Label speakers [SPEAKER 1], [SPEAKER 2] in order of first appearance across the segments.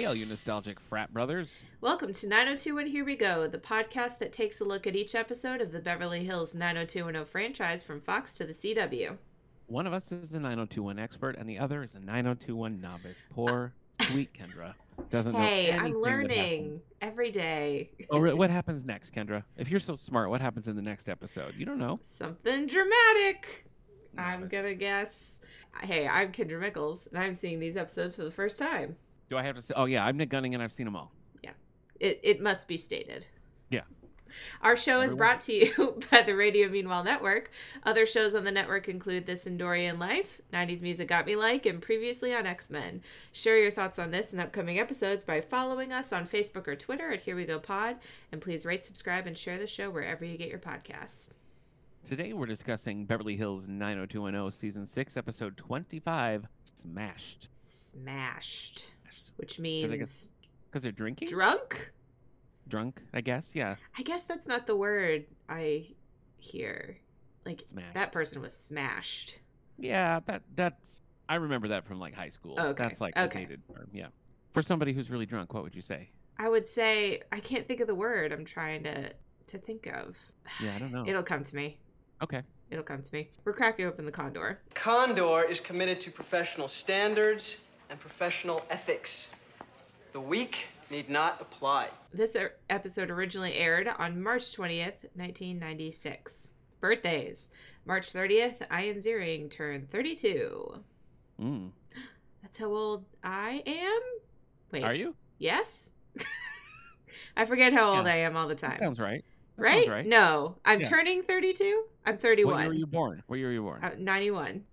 [SPEAKER 1] Nostalgic Frat Brothers.
[SPEAKER 2] Welcome to 902 and Here We Go, the podcast that takes a look at each episode of the Beverly Hills 90210 franchise from Fox to the CW.
[SPEAKER 1] One of us is the 9021 expert, and the other is a 9021 novice. Poor, sweet Kendra doesn't
[SPEAKER 2] hey,
[SPEAKER 1] know.
[SPEAKER 2] I'm
[SPEAKER 1] anything that
[SPEAKER 2] learning
[SPEAKER 1] happens.
[SPEAKER 2] every day.
[SPEAKER 1] Oh, re- what happens next, Kendra? If you're so smart, what happens in the next episode? You don't know.
[SPEAKER 2] Something dramatic. I'm
[SPEAKER 1] Novice.
[SPEAKER 2] gonna guess. Hey, I'm Kendra Mickles, and I'm seeing these episodes for the first time.
[SPEAKER 1] Do I have to say? Oh yeah, I'm Nick Gunning, and I've seen them all.
[SPEAKER 2] It, it must be stated.
[SPEAKER 1] Yeah.
[SPEAKER 2] Our show is
[SPEAKER 1] Everyone-
[SPEAKER 2] brought to you by the Radio Meanwhile Network. Other shows on the network include This Endorian Life, 90s Music Got Me Like, and previously on X Men. Share your thoughts on this and upcoming episodes by following us on Facebook or Twitter at Here We Go Pod. And please rate, subscribe, and share the show wherever you get your podcasts.
[SPEAKER 1] Today we're discussing Beverly Hills 90210 season six, episode 25, Smashed.
[SPEAKER 2] Smashed, which
[SPEAKER 1] I
[SPEAKER 2] means
[SPEAKER 1] guess- Because they're drinking,
[SPEAKER 2] drunk?
[SPEAKER 1] drunk, I guess. Yeah,
[SPEAKER 2] I guess that's not the word I hear. Like,
[SPEAKER 1] smashed.
[SPEAKER 2] that person was smashed.
[SPEAKER 1] Yeah, that that's I remember that from like high school.
[SPEAKER 2] Okay,
[SPEAKER 1] That's like the
[SPEAKER 2] okay.
[SPEAKER 1] dated term. Yeah. For somebody who's really drunk, what would you say?
[SPEAKER 2] I would say I can't think of the word I'm trying to to think of.
[SPEAKER 1] Yeah, I don't know.
[SPEAKER 2] It'll come to me.
[SPEAKER 1] Oh. Okay.
[SPEAKER 2] It'll come to me. We're cracking open the condor.
[SPEAKER 3] Condor is committed to professional standards and professional ethics. The weak need not apply.
[SPEAKER 2] This er- episode originally aired on March 20th, 1996. Birthdays. March 30th, Ian Ziering turned 32.
[SPEAKER 1] Mm.
[SPEAKER 2] That's how old I am? Wait.
[SPEAKER 1] Are you?
[SPEAKER 2] Yes. I forget how old
[SPEAKER 1] Yeah.
[SPEAKER 2] I am all the
[SPEAKER 1] That
[SPEAKER 2] time.
[SPEAKER 1] sounds right. That
[SPEAKER 2] right?
[SPEAKER 1] Sounds right.
[SPEAKER 2] No. I'm
[SPEAKER 1] Yeah.
[SPEAKER 2] turning 32? I'm
[SPEAKER 1] What year
[SPEAKER 2] 31.
[SPEAKER 1] were you born? What year were you born?
[SPEAKER 2] Uh, 91.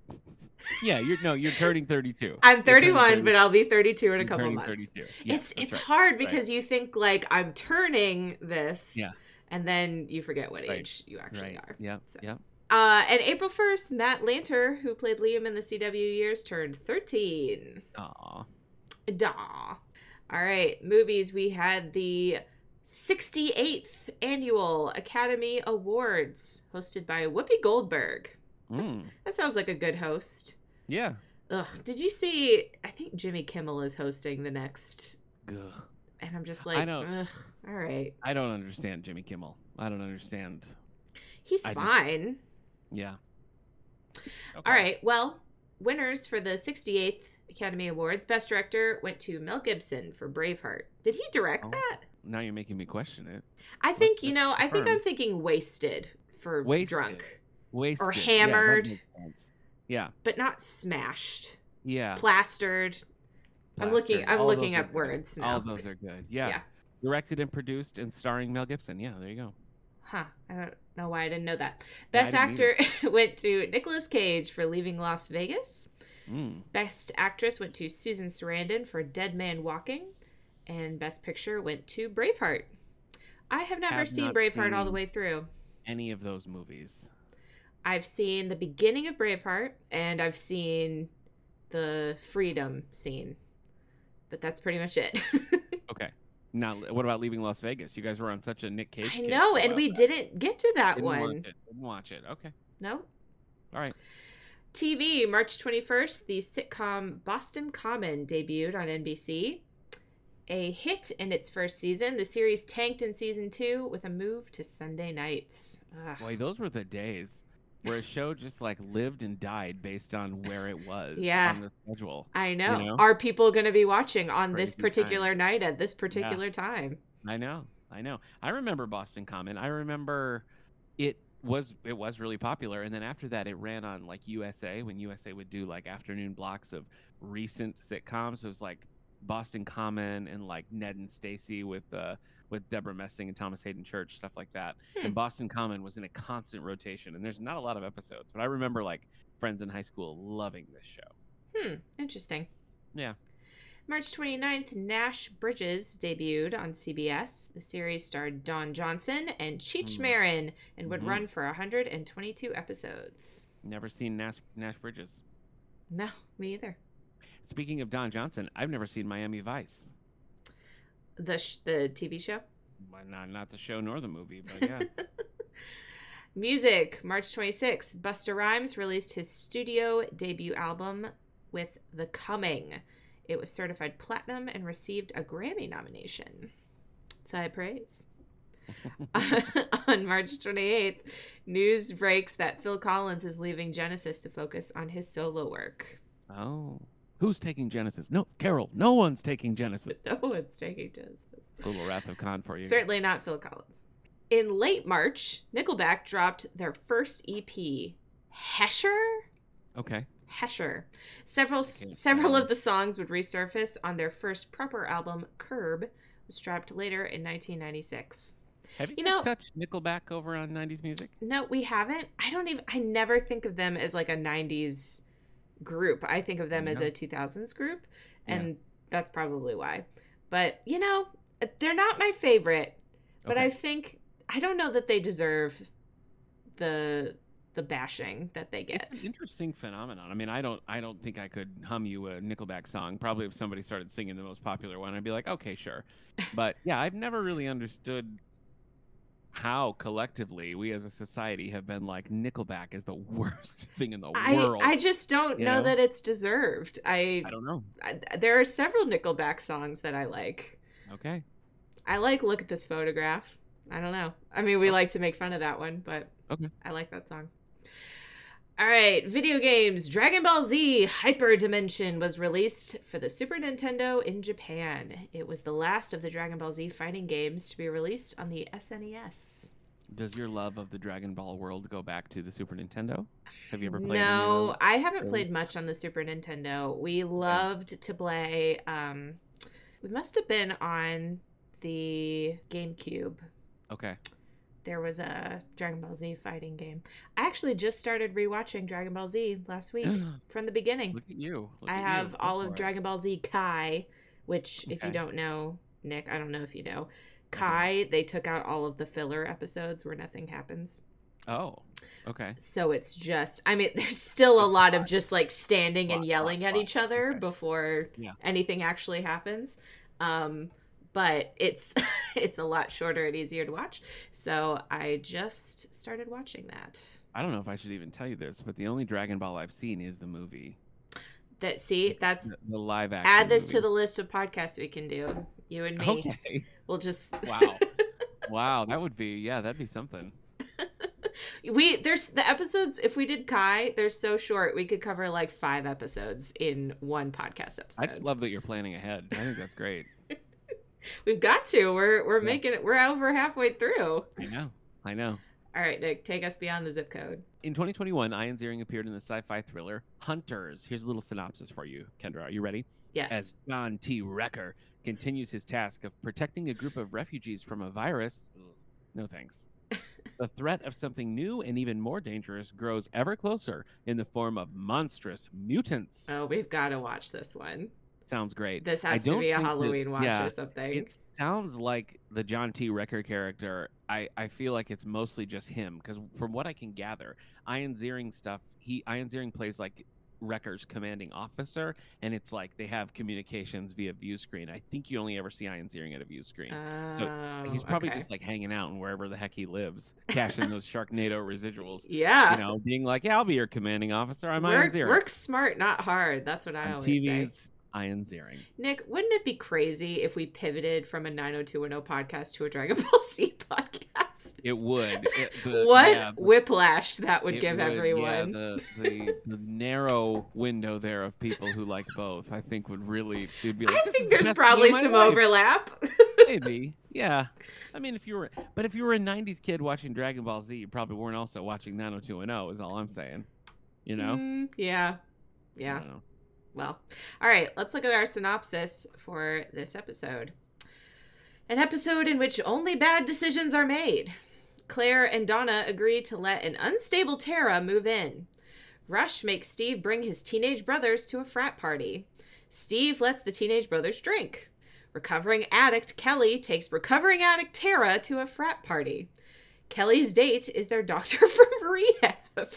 [SPEAKER 1] yeah, you're no, you're turning 32.
[SPEAKER 2] I'm
[SPEAKER 1] You're turning
[SPEAKER 2] 31,
[SPEAKER 1] 30
[SPEAKER 2] but I'll be 32 in a
[SPEAKER 1] you're
[SPEAKER 2] couple
[SPEAKER 1] turning
[SPEAKER 2] months.
[SPEAKER 1] 32. Yeah,
[SPEAKER 2] it's
[SPEAKER 1] that's
[SPEAKER 2] it's
[SPEAKER 1] right.
[SPEAKER 2] hard because you think like I'm turning this,
[SPEAKER 1] Yeah.
[SPEAKER 2] and then you forget what
[SPEAKER 1] Right.
[SPEAKER 2] age you actually
[SPEAKER 1] Right.
[SPEAKER 2] are.
[SPEAKER 1] Yeah.
[SPEAKER 2] So-
[SPEAKER 1] Yeah.
[SPEAKER 2] Uh, and April 1st, Matt Lanter, who played Liam in the CW years, turned 13.
[SPEAKER 1] Aw.
[SPEAKER 2] Daw. All right, movies. We had the 68th annual Academy Awards hosted by Whoopi Goldberg.
[SPEAKER 1] Mm.
[SPEAKER 2] That sounds like a good host.
[SPEAKER 1] Yeah.
[SPEAKER 2] Ugh, did you see? I think Jimmy Kimmel is hosting the next,
[SPEAKER 1] Ugh.
[SPEAKER 2] and I'm just
[SPEAKER 1] I
[SPEAKER 2] like,
[SPEAKER 1] know.
[SPEAKER 2] Ugh, all right,
[SPEAKER 1] I don't understand Jimmy Kimmel. I don't understand.
[SPEAKER 2] he's
[SPEAKER 1] I just-
[SPEAKER 2] fine.
[SPEAKER 1] Yeah.
[SPEAKER 2] All
[SPEAKER 1] Okay.
[SPEAKER 2] right, well, winners for the 68th Academy Awards, Best Director went to Mel Gibson for Braveheart. Did he direct
[SPEAKER 1] Oh.
[SPEAKER 2] that?
[SPEAKER 1] Now you're making me question it.
[SPEAKER 2] I think
[SPEAKER 1] Let's
[SPEAKER 2] you
[SPEAKER 1] just
[SPEAKER 2] know. I think
[SPEAKER 1] confirm.
[SPEAKER 2] I'm thinking Wasted for
[SPEAKER 1] Wasted.
[SPEAKER 2] drunk,
[SPEAKER 1] Wasted. Yeah, that
[SPEAKER 2] hammered.
[SPEAKER 1] makes sense. Yeah.
[SPEAKER 2] but not smashed,
[SPEAKER 1] Yeah.
[SPEAKER 2] plastered. I'm looking-
[SPEAKER 1] plastered.
[SPEAKER 2] I'm
[SPEAKER 1] All
[SPEAKER 2] looking
[SPEAKER 1] those are
[SPEAKER 2] up
[SPEAKER 1] good.
[SPEAKER 2] words now.
[SPEAKER 1] All those are good. Yeah.
[SPEAKER 2] Yeah.
[SPEAKER 1] Directed and produced and starring Mel Gibson. Yeah, there you go.
[SPEAKER 2] Huh. I don't know why I didn't know that.
[SPEAKER 1] Yeah, I
[SPEAKER 2] Best
[SPEAKER 1] didn't either.
[SPEAKER 2] actor went to Nicolas Cage for Leaving Las Vegas.
[SPEAKER 1] Mm.
[SPEAKER 2] Best Actress went to Susan Sarandon for Dead Man Walking, and Best Picture went to Braveheart. I have never
[SPEAKER 1] Have
[SPEAKER 2] seen
[SPEAKER 1] not
[SPEAKER 2] Braveheart all the
[SPEAKER 1] seen-
[SPEAKER 2] way through.
[SPEAKER 1] Any of those movies.
[SPEAKER 2] I've seen the beginning of Braveheart, and I've seen the freedom scene, but that's pretty much it.
[SPEAKER 1] Okay. Now, what about Leaving Las Vegas? You guys were on such a Nick Cage.
[SPEAKER 2] I
[SPEAKER 1] kick
[SPEAKER 2] know,
[SPEAKER 1] for a
[SPEAKER 2] and
[SPEAKER 1] while
[SPEAKER 2] we
[SPEAKER 1] back.
[SPEAKER 2] didn't get to that
[SPEAKER 1] Didn't
[SPEAKER 2] one.
[SPEAKER 1] Watch it. Didn't watch it. Okay.
[SPEAKER 2] No.
[SPEAKER 1] All right.
[SPEAKER 2] TV, March 21st, the sitcom Boston Common debuted on NBC. A hit in its first season, the series tanked in season two with a move to Sunday nights. Ugh.
[SPEAKER 1] Boy, those were the days where a show just like lived and died based on where it was
[SPEAKER 2] Yeah.
[SPEAKER 1] on the schedule.
[SPEAKER 2] I know.
[SPEAKER 1] know?
[SPEAKER 2] Are people going to be watching on this
[SPEAKER 1] Crazy times.
[SPEAKER 2] particular night at this particular time?
[SPEAKER 1] I know, I know. I remember Boston Common. I remember it was it was really popular, and then after that, it ran on like USA when USA would do like afternoon blocks of recent sitcoms. It was like Boston Common and like Ned and Stacy with uh with Deborah Messing and Thomas Hayden Church stuff like that.
[SPEAKER 2] Hmm.
[SPEAKER 1] And Boston Common was in a constant rotation, and there's not a lot of episodes, but I remember like friends in high school loving this show.
[SPEAKER 2] Hmm, interesting.
[SPEAKER 1] Yeah.
[SPEAKER 2] March 29th, Nash Bridges debuted on CBS. The series starred Don Johnson and Cheech
[SPEAKER 1] Mm.
[SPEAKER 2] Marin and would
[SPEAKER 1] Mhm.
[SPEAKER 2] run for 122 episodes.
[SPEAKER 1] Never seen Nash Nash Bridges.
[SPEAKER 2] No, me either.
[SPEAKER 1] Speaking of Don Johnson, I've never seen Miami Vice.
[SPEAKER 2] The sh- the TV show.
[SPEAKER 1] Well, not not the show nor the movie, but yeah.
[SPEAKER 2] Music, March 26th, Busta Rhymes released his studio debut album with The Coming. It was certified platinum and received a Grammy nomination. It's high praise. on March 28th, news breaks that Phil Collins is leaving Genesis to focus on his solo work.
[SPEAKER 1] Oh. Who's taking Genesis? No, Carol, no one's taking Genesis.
[SPEAKER 2] No one's taking Genesis.
[SPEAKER 1] A little Wrath of Khan for you.
[SPEAKER 2] Certainly not Phil Collins. In late March, Nickelback dropped their first EP, Hesher?
[SPEAKER 1] Okay.
[SPEAKER 2] Hesher. Several several
[SPEAKER 1] uh,
[SPEAKER 2] of the songs would resurface on their first proper album, Curb, which dropped later in 1996.
[SPEAKER 1] Have you,
[SPEAKER 2] You
[SPEAKER 1] guys
[SPEAKER 2] know-
[SPEAKER 1] touched Nickelback over on 90s music?
[SPEAKER 2] No, we haven't. I don't even. I never think of them as like a '90s group. I think of them as
[SPEAKER 1] Yeah.
[SPEAKER 2] a 2000s group,
[SPEAKER 1] Yeah.
[SPEAKER 2] and that's probably why. But you know, they're not my favorite. But
[SPEAKER 1] Okay.
[SPEAKER 2] I think I don't know that they deserve the the bashing that they get.
[SPEAKER 1] It's an interesting phenomenon. I mean, I don't, I don't think I could hum you a Nickelback song. Probably if somebody started singing the most popular one, I'd be like, okay, sure. But yeah, I've never really understood how collectively we as a society have been like Nickelback is the worst thing in the
[SPEAKER 2] I,
[SPEAKER 1] world.
[SPEAKER 2] I just don't
[SPEAKER 1] you
[SPEAKER 2] know,
[SPEAKER 1] know?
[SPEAKER 2] that it's deserved. I,
[SPEAKER 1] I don't know.
[SPEAKER 2] I there are several Nickelback songs that I like.
[SPEAKER 1] Okay,
[SPEAKER 2] I like look at this photograph. I don't know. I mean, we like to make fun of that one, but
[SPEAKER 1] Okay.
[SPEAKER 2] I like that song. All right, video games. Dragon Ball Z Hyper Dimension was released for the Super Nintendo in Japan. It was the last of the Dragon Ball Z fighting games to be released on the E SNES.
[SPEAKER 1] does your love of the Dragon Ball world go back to the Super Nintendo? Have you ever played? any of your
[SPEAKER 2] No,
[SPEAKER 1] own-
[SPEAKER 2] I haven't
[SPEAKER 1] Really?
[SPEAKER 2] played much on the Super Nintendo. We loved to play um we must have been on the GameCube.
[SPEAKER 1] Okay.
[SPEAKER 2] there was a Dragon Ball Z fighting game. I actually just started rewatching Dragon Ball Z last week from the beginning.
[SPEAKER 1] Oh. Look at you. Look
[SPEAKER 2] I
[SPEAKER 1] at you.
[SPEAKER 2] have
[SPEAKER 1] Go
[SPEAKER 2] all
[SPEAKER 1] for
[SPEAKER 2] of
[SPEAKER 1] it.
[SPEAKER 2] Dragon Ball Z Kai, which if you
[SPEAKER 1] Okay.
[SPEAKER 2] don't know, Nick, I don't know if you know.
[SPEAKER 1] don't.
[SPEAKER 2] Kai, they took out all of the filler episodes where nothing happens.
[SPEAKER 1] Oh. Okay.
[SPEAKER 2] So it's just I mean, there's still a lot of just like standing and
[SPEAKER 1] Plot,
[SPEAKER 2] yelling
[SPEAKER 1] plot,
[SPEAKER 2] at
[SPEAKER 1] plot.
[SPEAKER 2] each other
[SPEAKER 1] Okay.
[SPEAKER 2] before
[SPEAKER 1] Yeah.
[SPEAKER 2] anything actually happens. Um but it's it's a lot shorter and easier to watch. So I just started watching that.
[SPEAKER 1] I don't know if I should even tell you this, but the only Dragon Ball I've seen is the movie.
[SPEAKER 2] That see, that's
[SPEAKER 1] the, the live action.
[SPEAKER 2] add this to the
[SPEAKER 1] movie.
[SPEAKER 2] list of podcasts we can do. You and me.
[SPEAKER 1] Okay.
[SPEAKER 2] We'll just
[SPEAKER 1] Wow. wow. That would be yeah. That'd be something.
[SPEAKER 2] we there's the episodes if we did Kai, they're so short we could cover like five episodes in one podcast episode.
[SPEAKER 1] I just love that you're planning ahead. I think that's great.
[SPEAKER 2] We've got to. We're we're
[SPEAKER 1] Yeah.
[SPEAKER 2] making it. We're over halfway through.
[SPEAKER 1] I know. I know.
[SPEAKER 2] All right, Nick, take us beyond the zip code.
[SPEAKER 1] In 2021, Ian Ziering appeared in the sci-fi thriller Hunters. Here's a little synopsis for you, Kendra. Are you ready?
[SPEAKER 2] Yes.
[SPEAKER 1] As John T. Recker continues his task of protecting a group of refugees from a virus, no thanks. the threat of something new and even more dangerous grows ever closer in the form of monstrous mutants.
[SPEAKER 2] oh, we've got to watch this one.
[SPEAKER 1] Sounds great.
[SPEAKER 2] This
[SPEAKER 1] I
[SPEAKER 2] has to
[SPEAKER 1] don't
[SPEAKER 2] be a
[SPEAKER 1] think that-
[SPEAKER 2] Halloween watch
[SPEAKER 1] yeah,
[SPEAKER 2] or something.
[SPEAKER 1] It sounds like the John T. Recker character. I, I feel like it's mostly just him because from what I can gather, Ian Ziering stuff. He Ian Ziering plays like Recker's commanding officer, and it's like they have communications via view screen. I think you only ever see Ian Ziering at a view screen. He's
[SPEAKER 2] Oh,
[SPEAKER 1] probably
[SPEAKER 2] okay.
[SPEAKER 1] just like hanging out and wherever the heck he lives, cashing those Sharknado residuals.
[SPEAKER 2] yeah.
[SPEAKER 1] You know, being like, yeah, I'll be your commanding officer. I'm Ian
[SPEAKER 2] work,
[SPEAKER 1] Ziering.
[SPEAKER 2] work smart, not hard. That's what I
[SPEAKER 1] On
[SPEAKER 2] always
[SPEAKER 1] TV's
[SPEAKER 2] say.
[SPEAKER 1] Ian Ziering.
[SPEAKER 2] Nick, wouldn't it be crazy if we pivoted from a 90210 podcast to a Dragon Ball Z podcast?
[SPEAKER 1] It would. It- the-
[SPEAKER 2] what
[SPEAKER 1] yeah, the-
[SPEAKER 2] whiplash that would
[SPEAKER 1] it
[SPEAKER 2] give
[SPEAKER 1] yeah,
[SPEAKER 2] everyone.
[SPEAKER 1] the, the, the narrow window there of people who like both, I think would really. It'd be like,
[SPEAKER 2] I
[SPEAKER 1] "This is
[SPEAKER 2] think
[SPEAKER 1] the
[SPEAKER 2] there's
[SPEAKER 1] best day of
[SPEAKER 2] probably
[SPEAKER 1] my
[SPEAKER 2] some
[SPEAKER 1] life."
[SPEAKER 2] overlap.
[SPEAKER 1] Maybe, yeah. I mean, if you were, but if you were a '90s kid watching Dragon Ball Z, you probably weren't also watching 90210. oh, Is all I'm saying. You know.
[SPEAKER 2] Mm, yeah.
[SPEAKER 1] I
[SPEAKER 2] Yeah.
[SPEAKER 1] don't know.
[SPEAKER 2] Well, all right, let's look at our synopsis for this episode. An episode in which only bad decisions are made. Claire and Donna agree to let an unstable Tara move in. Rush makes Steve bring his teenage brothers to a frat party. Steve lets the teenage brothers drink. Recovering addict Kelly takes recovering addict Tara to a frat party. Kelly's date is their doctor from rehab.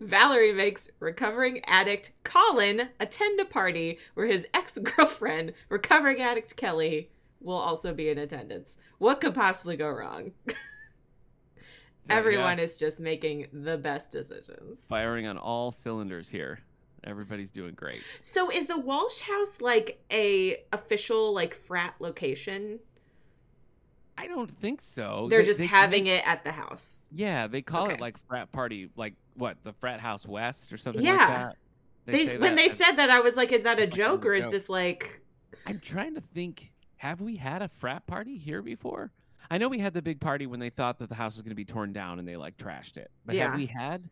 [SPEAKER 2] Valerie makes recovering addict Colin attend a party where his ex girlfriend, recovering addict Kelly, will also be in attendance. What could possibly go wrong?
[SPEAKER 1] So, yeah,
[SPEAKER 2] Everyone is just making the best decisions.
[SPEAKER 1] firing on all cylinders here. Everybody's doing great.
[SPEAKER 2] So is the Walsh House like a official like frat location?
[SPEAKER 1] I don't think so.
[SPEAKER 2] They're
[SPEAKER 1] They-
[SPEAKER 2] just
[SPEAKER 1] they-
[SPEAKER 2] having
[SPEAKER 1] they-
[SPEAKER 2] it at the house.
[SPEAKER 1] Yeah, they call it
[SPEAKER 2] Okay.
[SPEAKER 1] like frat party, like what the frat house west or something like
[SPEAKER 2] Yeah.
[SPEAKER 1] that.
[SPEAKER 2] They,
[SPEAKER 1] say
[SPEAKER 2] when
[SPEAKER 1] that,
[SPEAKER 2] they
[SPEAKER 1] and
[SPEAKER 2] said that, I was like, is that a
[SPEAKER 1] It's like oh a
[SPEAKER 2] joke or is
[SPEAKER 1] joke.
[SPEAKER 2] this like?
[SPEAKER 1] I'm trying to think. Have we had a frat party here before? I know we had the big party when they thought that the house was going to be torn down and they like trashed it. But
[SPEAKER 2] Yeah.
[SPEAKER 1] have we had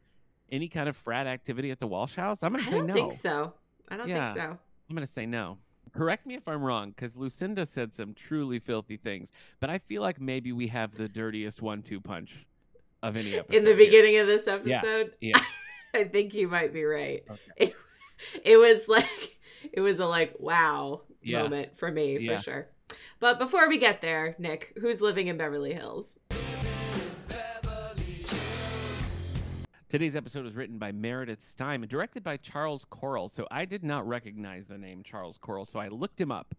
[SPEAKER 1] any kind of frat activity at the Walsh house? I'm going
[SPEAKER 2] I
[SPEAKER 1] to say
[SPEAKER 2] don't
[SPEAKER 1] no.
[SPEAKER 2] think so. I don't
[SPEAKER 1] Yeah.
[SPEAKER 2] think so.
[SPEAKER 1] I'm going to say no. Correct me if I'm wrong, because Lucinda said some truly filthy things, but I feel like maybe we have the dirtiest one two punch of any episode.
[SPEAKER 2] In the
[SPEAKER 1] here.
[SPEAKER 2] beginning of this episode,
[SPEAKER 1] Yeah.
[SPEAKER 2] I think you might be right.
[SPEAKER 1] Okay.
[SPEAKER 2] It, it was like it was a like wow
[SPEAKER 1] Yeah.
[SPEAKER 2] moment for me
[SPEAKER 1] Yeah.
[SPEAKER 2] for sure. But before we get there, Nick, who's living in Beverly Hills?
[SPEAKER 1] Today's episode was written by Meredith Stein and directed by Charles Corral. So I did not recognize the name Charles Corral, so I looked him up.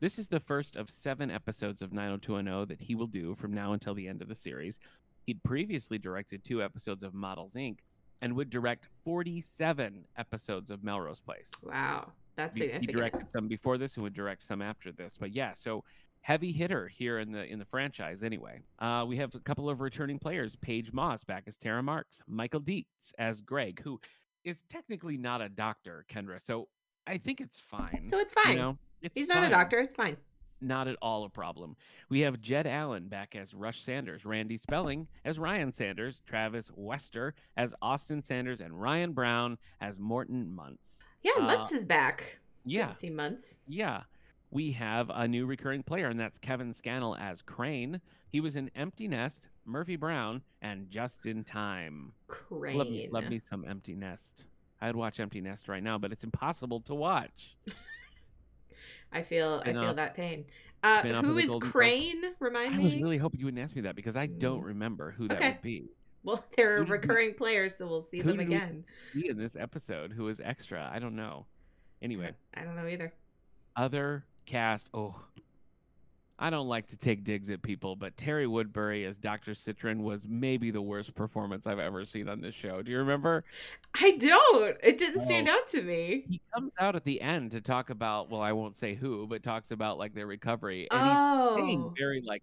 [SPEAKER 1] This is the first of seven episodes of 90210 that he will do from now until the end of the series. He'd previously directed two episodes of Models Inc. and would direct 47 episodes of Melrose Place.
[SPEAKER 2] Wow, that's
[SPEAKER 1] He- He
[SPEAKER 2] significant.
[SPEAKER 1] directed some before this and would direct some after this. But yeah, so heavy hitter here in the in the franchise anyway. Uh, we have a couple of returning players, Paige Moss back as Tara Marks, Michael Dietz as Greg, who is technically not a doctor, Kendra. So I think it's fine.
[SPEAKER 2] so it's fine.
[SPEAKER 1] You know, it's
[SPEAKER 2] He's not a
[SPEAKER 1] fine.
[SPEAKER 2] doctor. It's fine.
[SPEAKER 1] Not at all a problem. We have Jed Allen back as Rush Sanders, Randy Spelling as Ryan Sanders, Travis Wester as Austin Sanders, and Ryan Brown as Morton Muntz.
[SPEAKER 2] Yeah,
[SPEAKER 1] Uh,
[SPEAKER 2] Munts is back. Good
[SPEAKER 1] Yeah.
[SPEAKER 2] to see Munts.
[SPEAKER 1] Yeah. We have a new recurring player, and that's Kevin Scannell as Crane. He was in Empty Nest, Murphy Brown, and Just in Time.
[SPEAKER 2] Crane.
[SPEAKER 1] Love me, love me some Empty Nest. I'd watch Empty Nest right now, but it's impossible to watch.
[SPEAKER 2] I feel. I
[SPEAKER 1] Spin
[SPEAKER 2] feel
[SPEAKER 1] off-
[SPEAKER 2] that pain. Uh,
[SPEAKER 1] spin off of
[SPEAKER 2] who
[SPEAKER 1] the
[SPEAKER 2] is
[SPEAKER 1] Golden Girls.
[SPEAKER 2] Crane? Remind
[SPEAKER 1] I
[SPEAKER 2] me.
[SPEAKER 1] was really hoping you wouldn't ask me that because I don't
[SPEAKER 2] Mm.
[SPEAKER 1] remember who that
[SPEAKER 2] Okay.
[SPEAKER 1] would be.
[SPEAKER 2] Well, they're
[SPEAKER 1] Who did we-
[SPEAKER 2] recurring players, so we'll see
[SPEAKER 1] who
[SPEAKER 2] them
[SPEAKER 1] did we-
[SPEAKER 2] again.
[SPEAKER 1] He in this episode who is extra. I don't know. Anyway,
[SPEAKER 2] I don't know either.
[SPEAKER 1] other cast. Oh, I don't like to take digs at people, but Terry Woodbury as Dr. Citron was maybe the worst performance I've ever seen on this show. Do you remember?
[SPEAKER 2] I don't. It didn't stand
[SPEAKER 1] Oh.
[SPEAKER 2] out to me.
[SPEAKER 1] he comes out at the end to talk about well i won't say who but talks about like their recovery and he's
[SPEAKER 2] Oh.
[SPEAKER 1] saying very like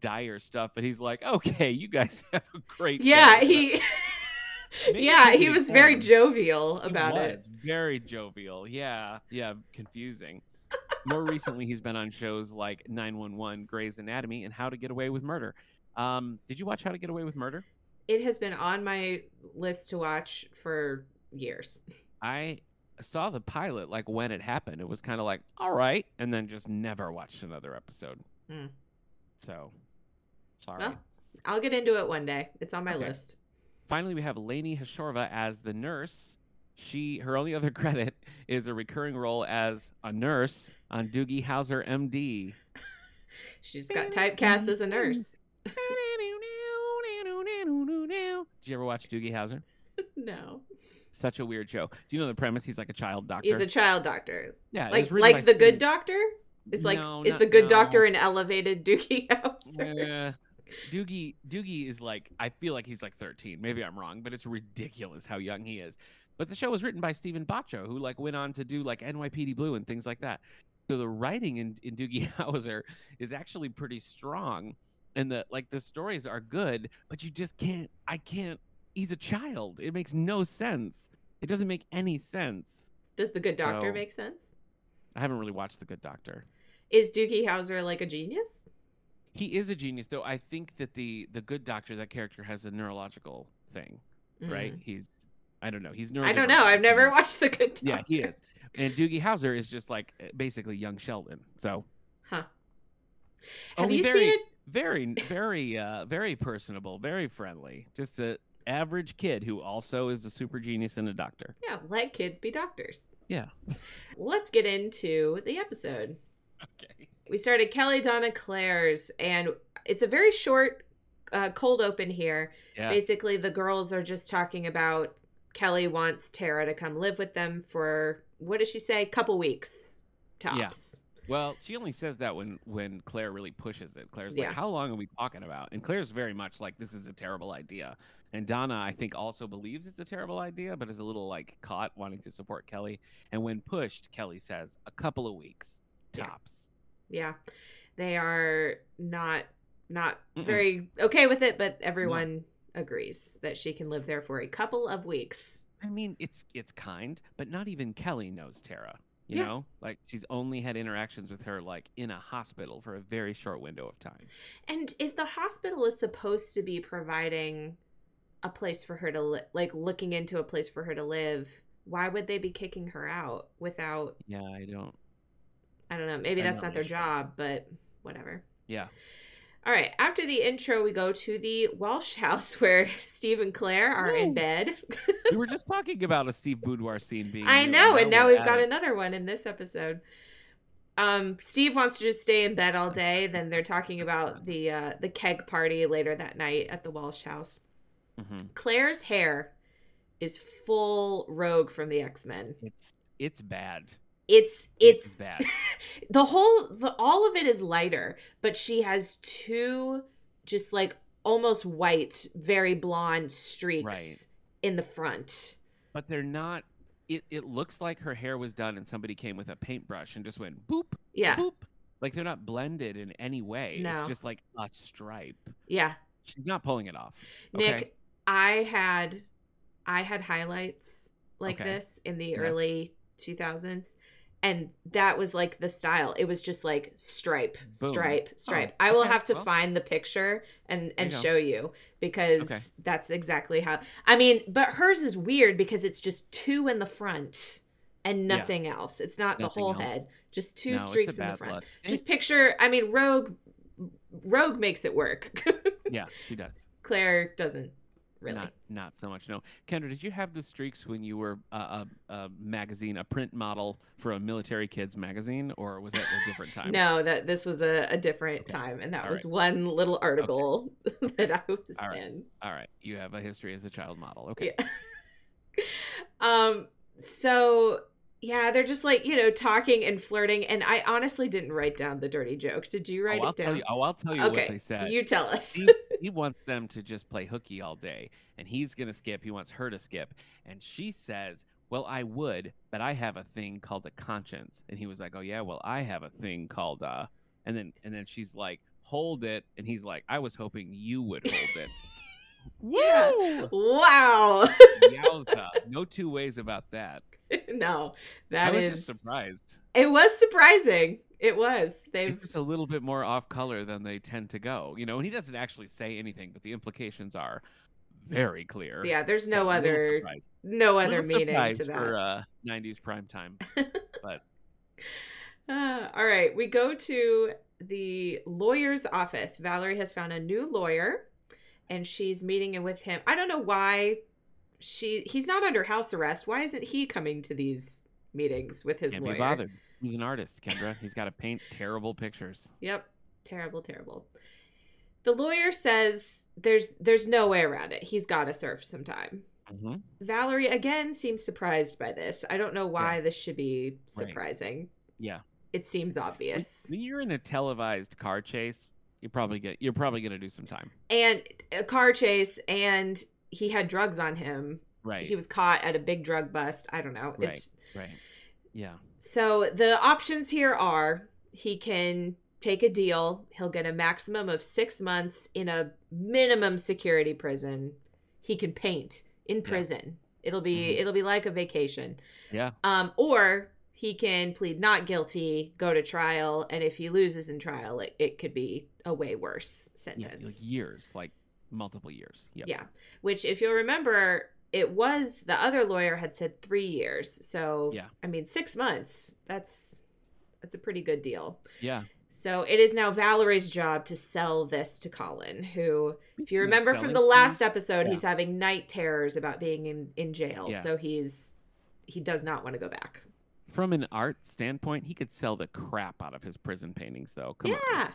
[SPEAKER 1] dire stuff but he's like okay you guys have a great
[SPEAKER 2] Yeah,
[SPEAKER 1] day."
[SPEAKER 2] he.
[SPEAKER 1] Maybe
[SPEAKER 2] yeah,
[SPEAKER 1] he
[SPEAKER 2] he
[SPEAKER 1] was
[SPEAKER 2] was very
[SPEAKER 1] fine.
[SPEAKER 2] jovial
[SPEAKER 1] He
[SPEAKER 2] about it.
[SPEAKER 1] was very jovial yeah yeah confusing more recently he's been on shows like 911 grey's anatomy and how to get away with murder um did you watch how to get away with murder
[SPEAKER 2] It has been on my list to watch for years.
[SPEAKER 1] i saw the pilot like when it happened it was kind of like all right and then just never watched another episode
[SPEAKER 2] Mm.
[SPEAKER 1] so sorry
[SPEAKER 2] Well, I'll get into it one day. It's on my
[SPEAKER 1] Okay.
[SPEAKER 2] list.
[SPEAKER 1] Finally, we have Lainey Hashorva as the nurse. She her only other credit is a recurring role as a nurse on Doogie Howser MD.
[SPEAKER 2] She's got typecast as a nurse.
[SPEAKER 1] Did you ever watch Doogie Howser?
[SPEAKER 2] No,
[SPEAKER 1] Such a weird show. Do you know the premise? He's like a child doctor.
[SPEAKER 2] he's a child doctor.
[SPEAKER 1] yeah, it
[SPEAKER 2] Like
[SPEAKER 1] was written by
[SPEAKER 2] like the good
[SPEAKER 1] Stephen-
[SPEAKER 2] doctor. Is like
[SPEAKER 1] No,
[SPEAKER 2] is
[SPEAKER 1] not-
[SPEAKER 2] the good
[SPEAKER 1] no.
[SPEAKER 2] doctor an elevated Dookie House?
[SPEAKER 1] Eh, Doogie Doogie is like I feel like he's like 13. Maybe I'm wrong, but it's ridiculous how young he is. But the show was written by Stephen Baccio, who like went on to do like NYPD Blue and things like that. So the writing in, in Doogie Howser is actually pretty strong, and the like the stories are good, but you just can't. I can't. He's a child. It makes no sense. It doesn't make any sense.
[SPEAKER 2] Does the good doctor
[SPEAKER 1] So-
[SPEAKER 2] make sense?
[SPEAKER 1] I haven't really watched The Good Doctor.
[SPEAKER 2] Is Dookie Howser like a genius?
[SPEAKER 1] He is a genius, though. I think that the the Good Doctor, that character, has a neurological thing. right?
[SPEAKER 2] Mm.
[SPEAKER 1] He's I don't know. He's
[SPEAKER 2] I don't know. I've
[SPEAKER 1] neurodivergent,
[SPEAKER 2] never
[SPEAKER 1] so-
[SPEAKER 2] watched the good doctor.
[SPEAKER 1] Yeah, he is. And Doogie Howser is just like uh, basically young Sheldon. So
[SPEAKER 2] Huh. Have
[SPEAKER 1] Only
[SPEAKER 2] you
[SPEAKER 1] very,
[SPEAKER 2] seen it?
[SPEAKER 1] Very, very, uh, very personable, very friendly. Just a average kid who also is a super genius and a doctor.
[SPEAKER 2] Yeah, let kids be doctors.
[SPEAKER 1] Yeah.
[SPEAKER 2] Let's get into the episode.
[SPEAKER 1] Okay.
[SPEAKER 2] We started Kelly Donna Claire's, and it's a very short uh, cold open here.
[SPEAKER 1] Yeah.
[SPEAKER 2] Basically, the girls are just talking about Kelly wants Tara to come live with them for what does she say? Couple weeks tops.
[SPEAKER 1] Well, she only says that when when Claire really pushes it. Claire's
[SPEAKER 2] Yeah.
[SPEAKER 1] like, "How long are we talking about?" And Claire's very much like, "This is a terrible idea." And Donna, I think, also believes it's a terrible idea, but is a little like caught wanting to support Kelly. And when pushed, Kelly says, "A couple of weeks
[SPEAKER 2] Yeah.
[SPEAKER 1] tops."
[SPEAKER 2] Yeah. They are not not
[SPEAKER 1] Mm-mm.
[SPEAKER 2] very okay with it, but everyone agrees that she can live there for a couple of weeks.
[SPEAKER 1] I mean, it's it's kind, but not even Kelly knows Tara. You
[SPEAKER 2] Yeah.
[SPEAKER 1] know, like she's only had interactions with her like in a hospital for a very short window of time.
[SPEAKER 2] And if the hospital is supposed to be providing a place for her to li- like looking into a place for her to live, why would they be kicking her out without
[SPEAKER 1] Yeah, I don't.
[SPEAKER 2] I don't know, maybe
[SPEAKER 1] I'm
[SPEAKER 2] that's
[SPEAKER 1] not
[SPEAKER 2] not their
[SPEAKER 1] really sure.
[SPEAKER 2] job, but whatever.
[SPEAKER 1] Yeah.
[SPEAKER 2] All right, after the intro, we go to the Walsh house where Steve and Claire are in
[SPEAKER 1] Woo.
[SPEAKER 2] bed.
[SPEAKER 1] we were just talking about a Steve Boudoir scene being.
[SPEAKER 2] I
[SPEAKER 1] new,
[SPEAKER 2] know, and now
[SPEAKER 1] we're
[SPEAKER 2] we've got
[SPEAKER 1] adding-
[SPEAKER 2] another one in this episode. Um, Steve wants to just stay in bed all day. Then they're talking about the uh, the keg party later that night at the Walsh house.
[SPEAKER 1] Mhm.
[SPEAKER 2] Claire's hair is full rogue from the X Men.
[SPEAKER 1] It's it's bad.
[SPEAKER 2] It's
[SPEAKER 1] It's
[SPEAKER 2] it's
[SPEAKER 1] bad.
[SPEAKER 2] the whole the, all of it is lighter, but she has two just like almost white, very blonde streaks
[SPEAKER 1] Right.
[SPEAKER 2] in the front.
[SPEAKER 1] But they're not. It it looks like her hair was done and somebody came with a paintbrush and just went boop
[SPEAKER 2] Yeah,
[SPEAKER 1] boop. Like they're not blended in any way.
[SPEAKER 2] No.
[SPEAKER 1] It's just like a stripe.
[SPEAKER 2] yeah.
[SPEAKER 1] She's not pulling it off.
[SPEAKER 2] Nick,
[SPEAKER 1] Okay.
[SPEAKER 2] I had I had highlights like
[SPEAKER 1] Okay.
[SPEAKER 2] this in the
[SPEAKER 1] Yes.
[SPEAKER 2] early 2000s and that was like the style. It was just like stripe,
[SPEAKER 1] Boom.
[SPEAKER 2] stripe, stripe.
[SPEAKER 1] Oh,
[SPEAKER 2] I will
[SPEAKER 1] okay,
[SPEAKER 2] have to
[SPEAKER 1] well.
[SPEAKER 2] find the picture and and
[SPEAKER 1] you go.
[SPEAKER 2] show you because
[SPEAKER 1] Okay.
[SPEAKER 2] that's exactly how I mean, but hers is weird because it's just two in the front and
[SPEAKER 1] Yeah.
[SPEAKER 2] nothing else. It's not the
[SPEAKER 1] Nothing
[SPEAKER 2] whole
[SPEAKER 1] else.
[SPEAKER 2] head, just two
[SPEAKER 1] No, it's a
[SPEAKER 2] streaks in the
[SPEAKER 1] bad
[SPEAKER 2] front.
[SPEAKER 1] look. And
[SPEAKER 2] Just picture, I mean, Rogue Rogue makes it work.
[SPEAKER 1] yeah, she does.
[SPEAKER 2] Claire doesn't really.
[SPEAKER 1] Not not so much. No, Kendra, did you have the streaks when you were uh, a, a magazine, a print model for a military kids magazine, or was that a different time?
[SPEAKER 2] No, that this was a, a different
[SPEAKER 1] Okay.
[SPEAKER 2] time, and that
[SPEAKER 1] All
[SPEAKER 2] was one little article that I was
[SPEAKER 1] All right.
[SPEAKER 2] in.
[SPEAKER 1] All right, you have a history as a child model. Okay.
[SPEAKER 2] Yeah. Um. So yeah, they're just like you know talking and flirting, and I honestly didn't write down the dirty jokes. Did you write
[SPEAKER 1] oh, I'll
[SPEAKER 2] it down?
[SPEAKER 1] Tell you, oh, I'll tell you
[SPEAKER 2] Okay,
[SPEAKER 1] what they said.
[SPEAKER 2] You tell us.
[SPEAKER 1] he, he wants them to just play hooky all day, and he's gonna skip. He wants her to skip, and she says, "Well, I would, but I have a thing called a conscience." And he was like, "Oh yeah, well, I have a thing called uh," and then and then she's like, "Hold it," and he's like, "I was hoping you would hold it."
[SPEAKER 2] Yeah.
[SPEAKER 1] Woo!
[SPEAKER 2] wow.
[SPEAKER 1] Yowza. No two ways about that.
[SPEAKER 2] no,
[SPEAKER 1] I
[SPEAKER 2] that
[SPEAKER 1] was
[SPEAKER 2] is.
[SPEAKER 1] just surprised.
[SPEAKER 2] it was surprising. It was. They've
[SPEAKER 1] It's just a little bit more off color than they tend to go, you know. And he doesn't actually say anything, but the implications are very clear.
[SPEAKER 2] yeah. There's
[SPEAKER 1] So,
[SPEAKER 2] no
[SPEAKER 1] a little
[SPEAKER 2] other
[SPEAKER 1] surprised.
[SPEAKER 2] no other
[SPEAKER 1] Little
[SPEAKER 2] meaning
[SPEAKER 1] surprise
[SPEAKER 2] to that.
[SPEAKER 1] for uh, 90s prime time.
[SPEAKER 2] Ah, all right, we go to the lawyer's office. Valerie has found a new lawyer and she's meeting with him. I don't know why she he's not under house arrest. Why isn't he coming to these meetings with his
[SPEAKER 1] Can't
[SPEAKER 2] lawyer?
[SPEAKER 1] be bothered. He's an artist, Kendra. He's got to paint terrible pictures.
[SPEAKER 2] Yep. Terrible, terrible. The lawyer says there's there's no way around it. He's got to serve some time.
[SPEAKER 1] hmm
[SPEAKER 2] Valerie again seems surprised by this. I don't know why this should be
[SPEAKER 1] Right.
[SPEAKER 2] surprising.
[SPEAKER 1] Yeah.
[SPEAKER 2] It seems obvious.
[SPEAKER 1] When you're in a televised car chase, you probably get you're probably gonna do some time,
[SPEAKER 2] and a car chase and he had drugs on him
[SPEAKER 1] right?
[SPEAKER 2] he was caught at a big drug bust i don't know it's
[SPEAKER 1] right. Yeah.
[SPEAKER 2] so the options here are he can take a deal he'll get a maximum of six months in a minimum security prison he can paint in prison it'll be
[SPEAKER 1] Mhm.
[SPEAKER 2] it'll be like a vacation
[SPEAKER 1] Yeah.
[SPEAKER 2] um or he can plead not guilty go to trial and if he loses in trial it, it could be a way worse
[SPEAKER 1] yeah.
[SPEAKER 2] sentence
[SPEAKER 1] Like years, like multiple years. Yep.
[SPEAKER 2] Yeah. Which, if you'll remember, it was the other lawyer had said three years. So,
[SPEAKER 1] Yeah.
[SPEAKER 2] I mean, six months. That's that's a pretty good deal.
[SPEAKER 1] Yeah.
[SPEAKER 2] So it is now Valerie's job to sell this to Colin, who, if you
[SPEAKER 1] You're
[SPEAKER 2] remember from
[SPEAKER 1] selling
[SPEAKER 2] the last
[SPEAKER 1] things?
[SPEAKER 2] episode,
[SPEAKER 1] Yeah.
[SPEAKER 2] he's having night terrors about being in in jail.
[SPEAKER 1] Yeah.
[SPEAKER 2] So he's he does not want to go back.
[SPEAKER 1] From an art standpoint, he could sell the crap out of his prison paintings, though. Come on.
[SPEAKER 2] yeah.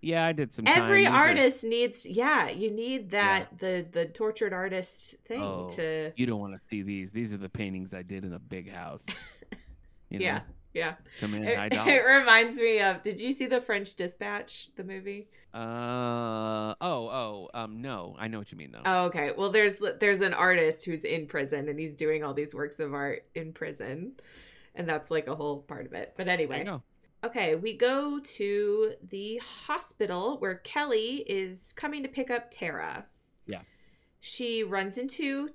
[SPEAKER 1] Yeah, I did some. time.
[SPEAKER 2] Every
[SPEAKER 1] These are-
[SPEAKER 2] artist needs yeah, you need that the the tortured artist thing
[SPEAKER 1] Oh.
[SPEAKER 2] to
[SPEAKER 1] you don't want to see these. These are the paintings I did in the big house. You
[SPEAKER 2] Yeah.
[SPEAKER 1] know?
[SPEAKER 2] Yeah. Eh,
[SPEAKER 1] Come in, high
[SPEAKER 2] It,
[SPEAKER 1] dollar.
[SPEAKER 2] it reminds me of Did you see The French Dispatch, the movie?
[SPEAKER 1] Uh oh oh um no I know what you mean though.
[SPEAKER 2] Oh, okay. Well, there's there's an artist who's in prison and he's doing all these works of art in prison. And that's like a whole part of it. But
[SPEAKER 1] There you
[SPEAKER 2] anyway.
[SPEAKER 1] go.
[SPEAKER 2] Okay, we go to the hospital where Kelly is coming to pick up Tara.
[SPEAKER 1] Yeah.
[SPEAKER 2] She runs into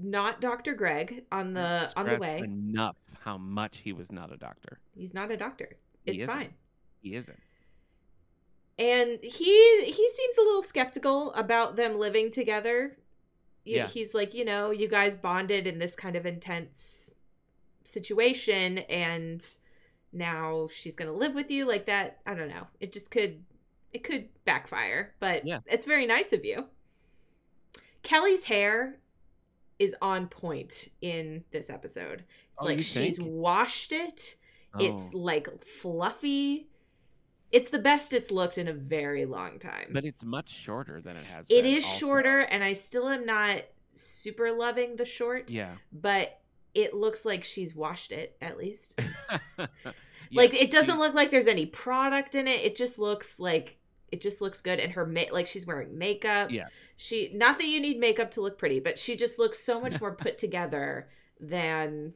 [SPEAKER 2] not Dr. Greg on the on the
[SPEAKER 1] Stressed
[SPEAKER 2] way.
[SPEAKER 1] enough how much he was not a doctor.
[SPEAKER 2] He's not a doctor.
[SPEAKER 1] He
[SPEAKER 2] It's
[SPEAKER 1] isn't.
[SPEAKER 2] fine.
[SPEAKER 1] He isn't.
[SPEAKER 2] And he he seems a little skeptical about them living together. Y-
[SPEAKER 1] Yeah.
[SPEAKER 2] He's like, you know, you guys bonded in this kind of intense situation and now she's going to live with you like that. I don't know. It just could it could backfire, but
[SPEAKER 1] Yeah.
[SPEAKER 2] it's very nice of you. Kelly's hair is on point in this episode. It's
[SPEAKER 1] Oh,
[SPEAKER 2] like
[SPEAKER 1] you
[SPEAKER 2] she's
[SPEAKER 1] think?
[SPEAKER 2] washed it. It's
[SPEAKER 1] Oh.
[SPEAKER 2] like fluffy. It's the best it's looked in a very long time.
[SPEAKER 1] but it's much shorter than it has.
[SPEAKER 2] it
[SPEAKER 1] been
[SPEAKER 2] is
[SPEAKER 1] also.
[SPEAKER 2] shorter, and I still am not super loving the short,
[SPEAKER 1] Yeah.
[SPEAKER 2] but it looks like she's washed it at least. like
[SPEAKER 1] Yes,
[SPEAKER 2] it doesn't
[SPEAKER 1] she-
[SPEAKER 2] look like there's any product in it. It just looks like it just looks good and her ma- like she's wearing makeup.
[SPEAKER 1] Yes.
[SPEAKER 2] She not that you need makeup to look pretty, but she just looks so much more put together than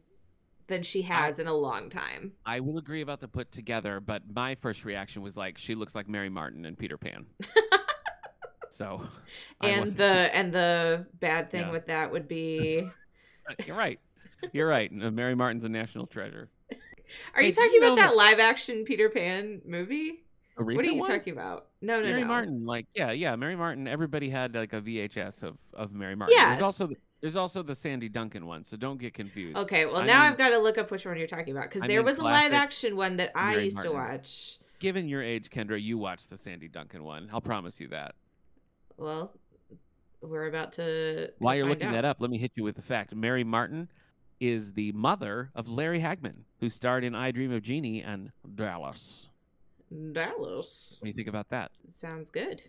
[SPEAKER 2] than she has in a long time.
[SPEAKER 1] I will agree about the put together, but my first reaction was like, she looks like Mary Martin and Peter Pan. so, I
[SPEAKER 2] and
[SPEAKER 1] wasn't-
[SPEAKER 2] the and the bad thing
[SPEAKER 1] Yeah.
[SPEAKER 2] with that would be
[SPEAKER 1] you're right, you're right. Uh, Mary Martin's a national treasure.
[SPEAKER 2] are
[SPEAKER 1] Hey,
[SPEAKER 2] you
[SPEAKER 1] do
[SPEAKER 2] talking
[SPEAKER 1] you
[SPEAKER 2] about
[SPEAKER 1] know
[SPEAKER 2] that live action peter pan movie
[SPEAKER 1] A
[SPEAKER 2] what are
[SPEAKER 1] recent
[SPEAKER 2] you
[SPEAKER 1] one?
[SPEAKER 2] talking about no no
[SPEAKER 1] Mary
[SPEAKER 2] no
[SPEAKER 1] Martin, like yeah, yeah, Mary Martin. Everybody had like a VHS of of Mary Martin. There's
[SPEAKER 2] Yeah.
[SPEAKER 1] also there's also the Sandy Duncan one, so don't get confused.
[SPEAKER 2] okay well
[SPEAKER 1] I
[SPEAKER 2] now
[SPEAKER 1] mean-
[SPEAKER 2] i've got to look up which one you're talking about because
[SPEAKER 1] I
[SPEAKER 2] there
[SPEAKER 1] mean
[SPEAKER 2] was a
[SPEAKER 1] classic
[SPEAKER 2] live action one that i
[SPEAKER 1] Mary
[SPEAKER 2] used to
[SPEAKER 1] Martin.
[SPEAKER 2] watch
[SPEAKER 1] Given your age, Kendra, you watched the Sandy Duncan one. I'll promise you that.
[SPEAKER 2] well we're about to, to
[SPEAKER 1] While you're
[SPEAKER 2] find
[SPEAKER 1] looking
[SPEAKER 2] out.
[SPEAKER 1] that up, let me hit you with the fact: Mary Martin is the mother of Larry Hagman, who starred in I Dream of Jeannie and Dallas.
[SPEAKER 2] dallas
[SPEAKER 1] What do you think about that?
[SPEAKER 2] sounds good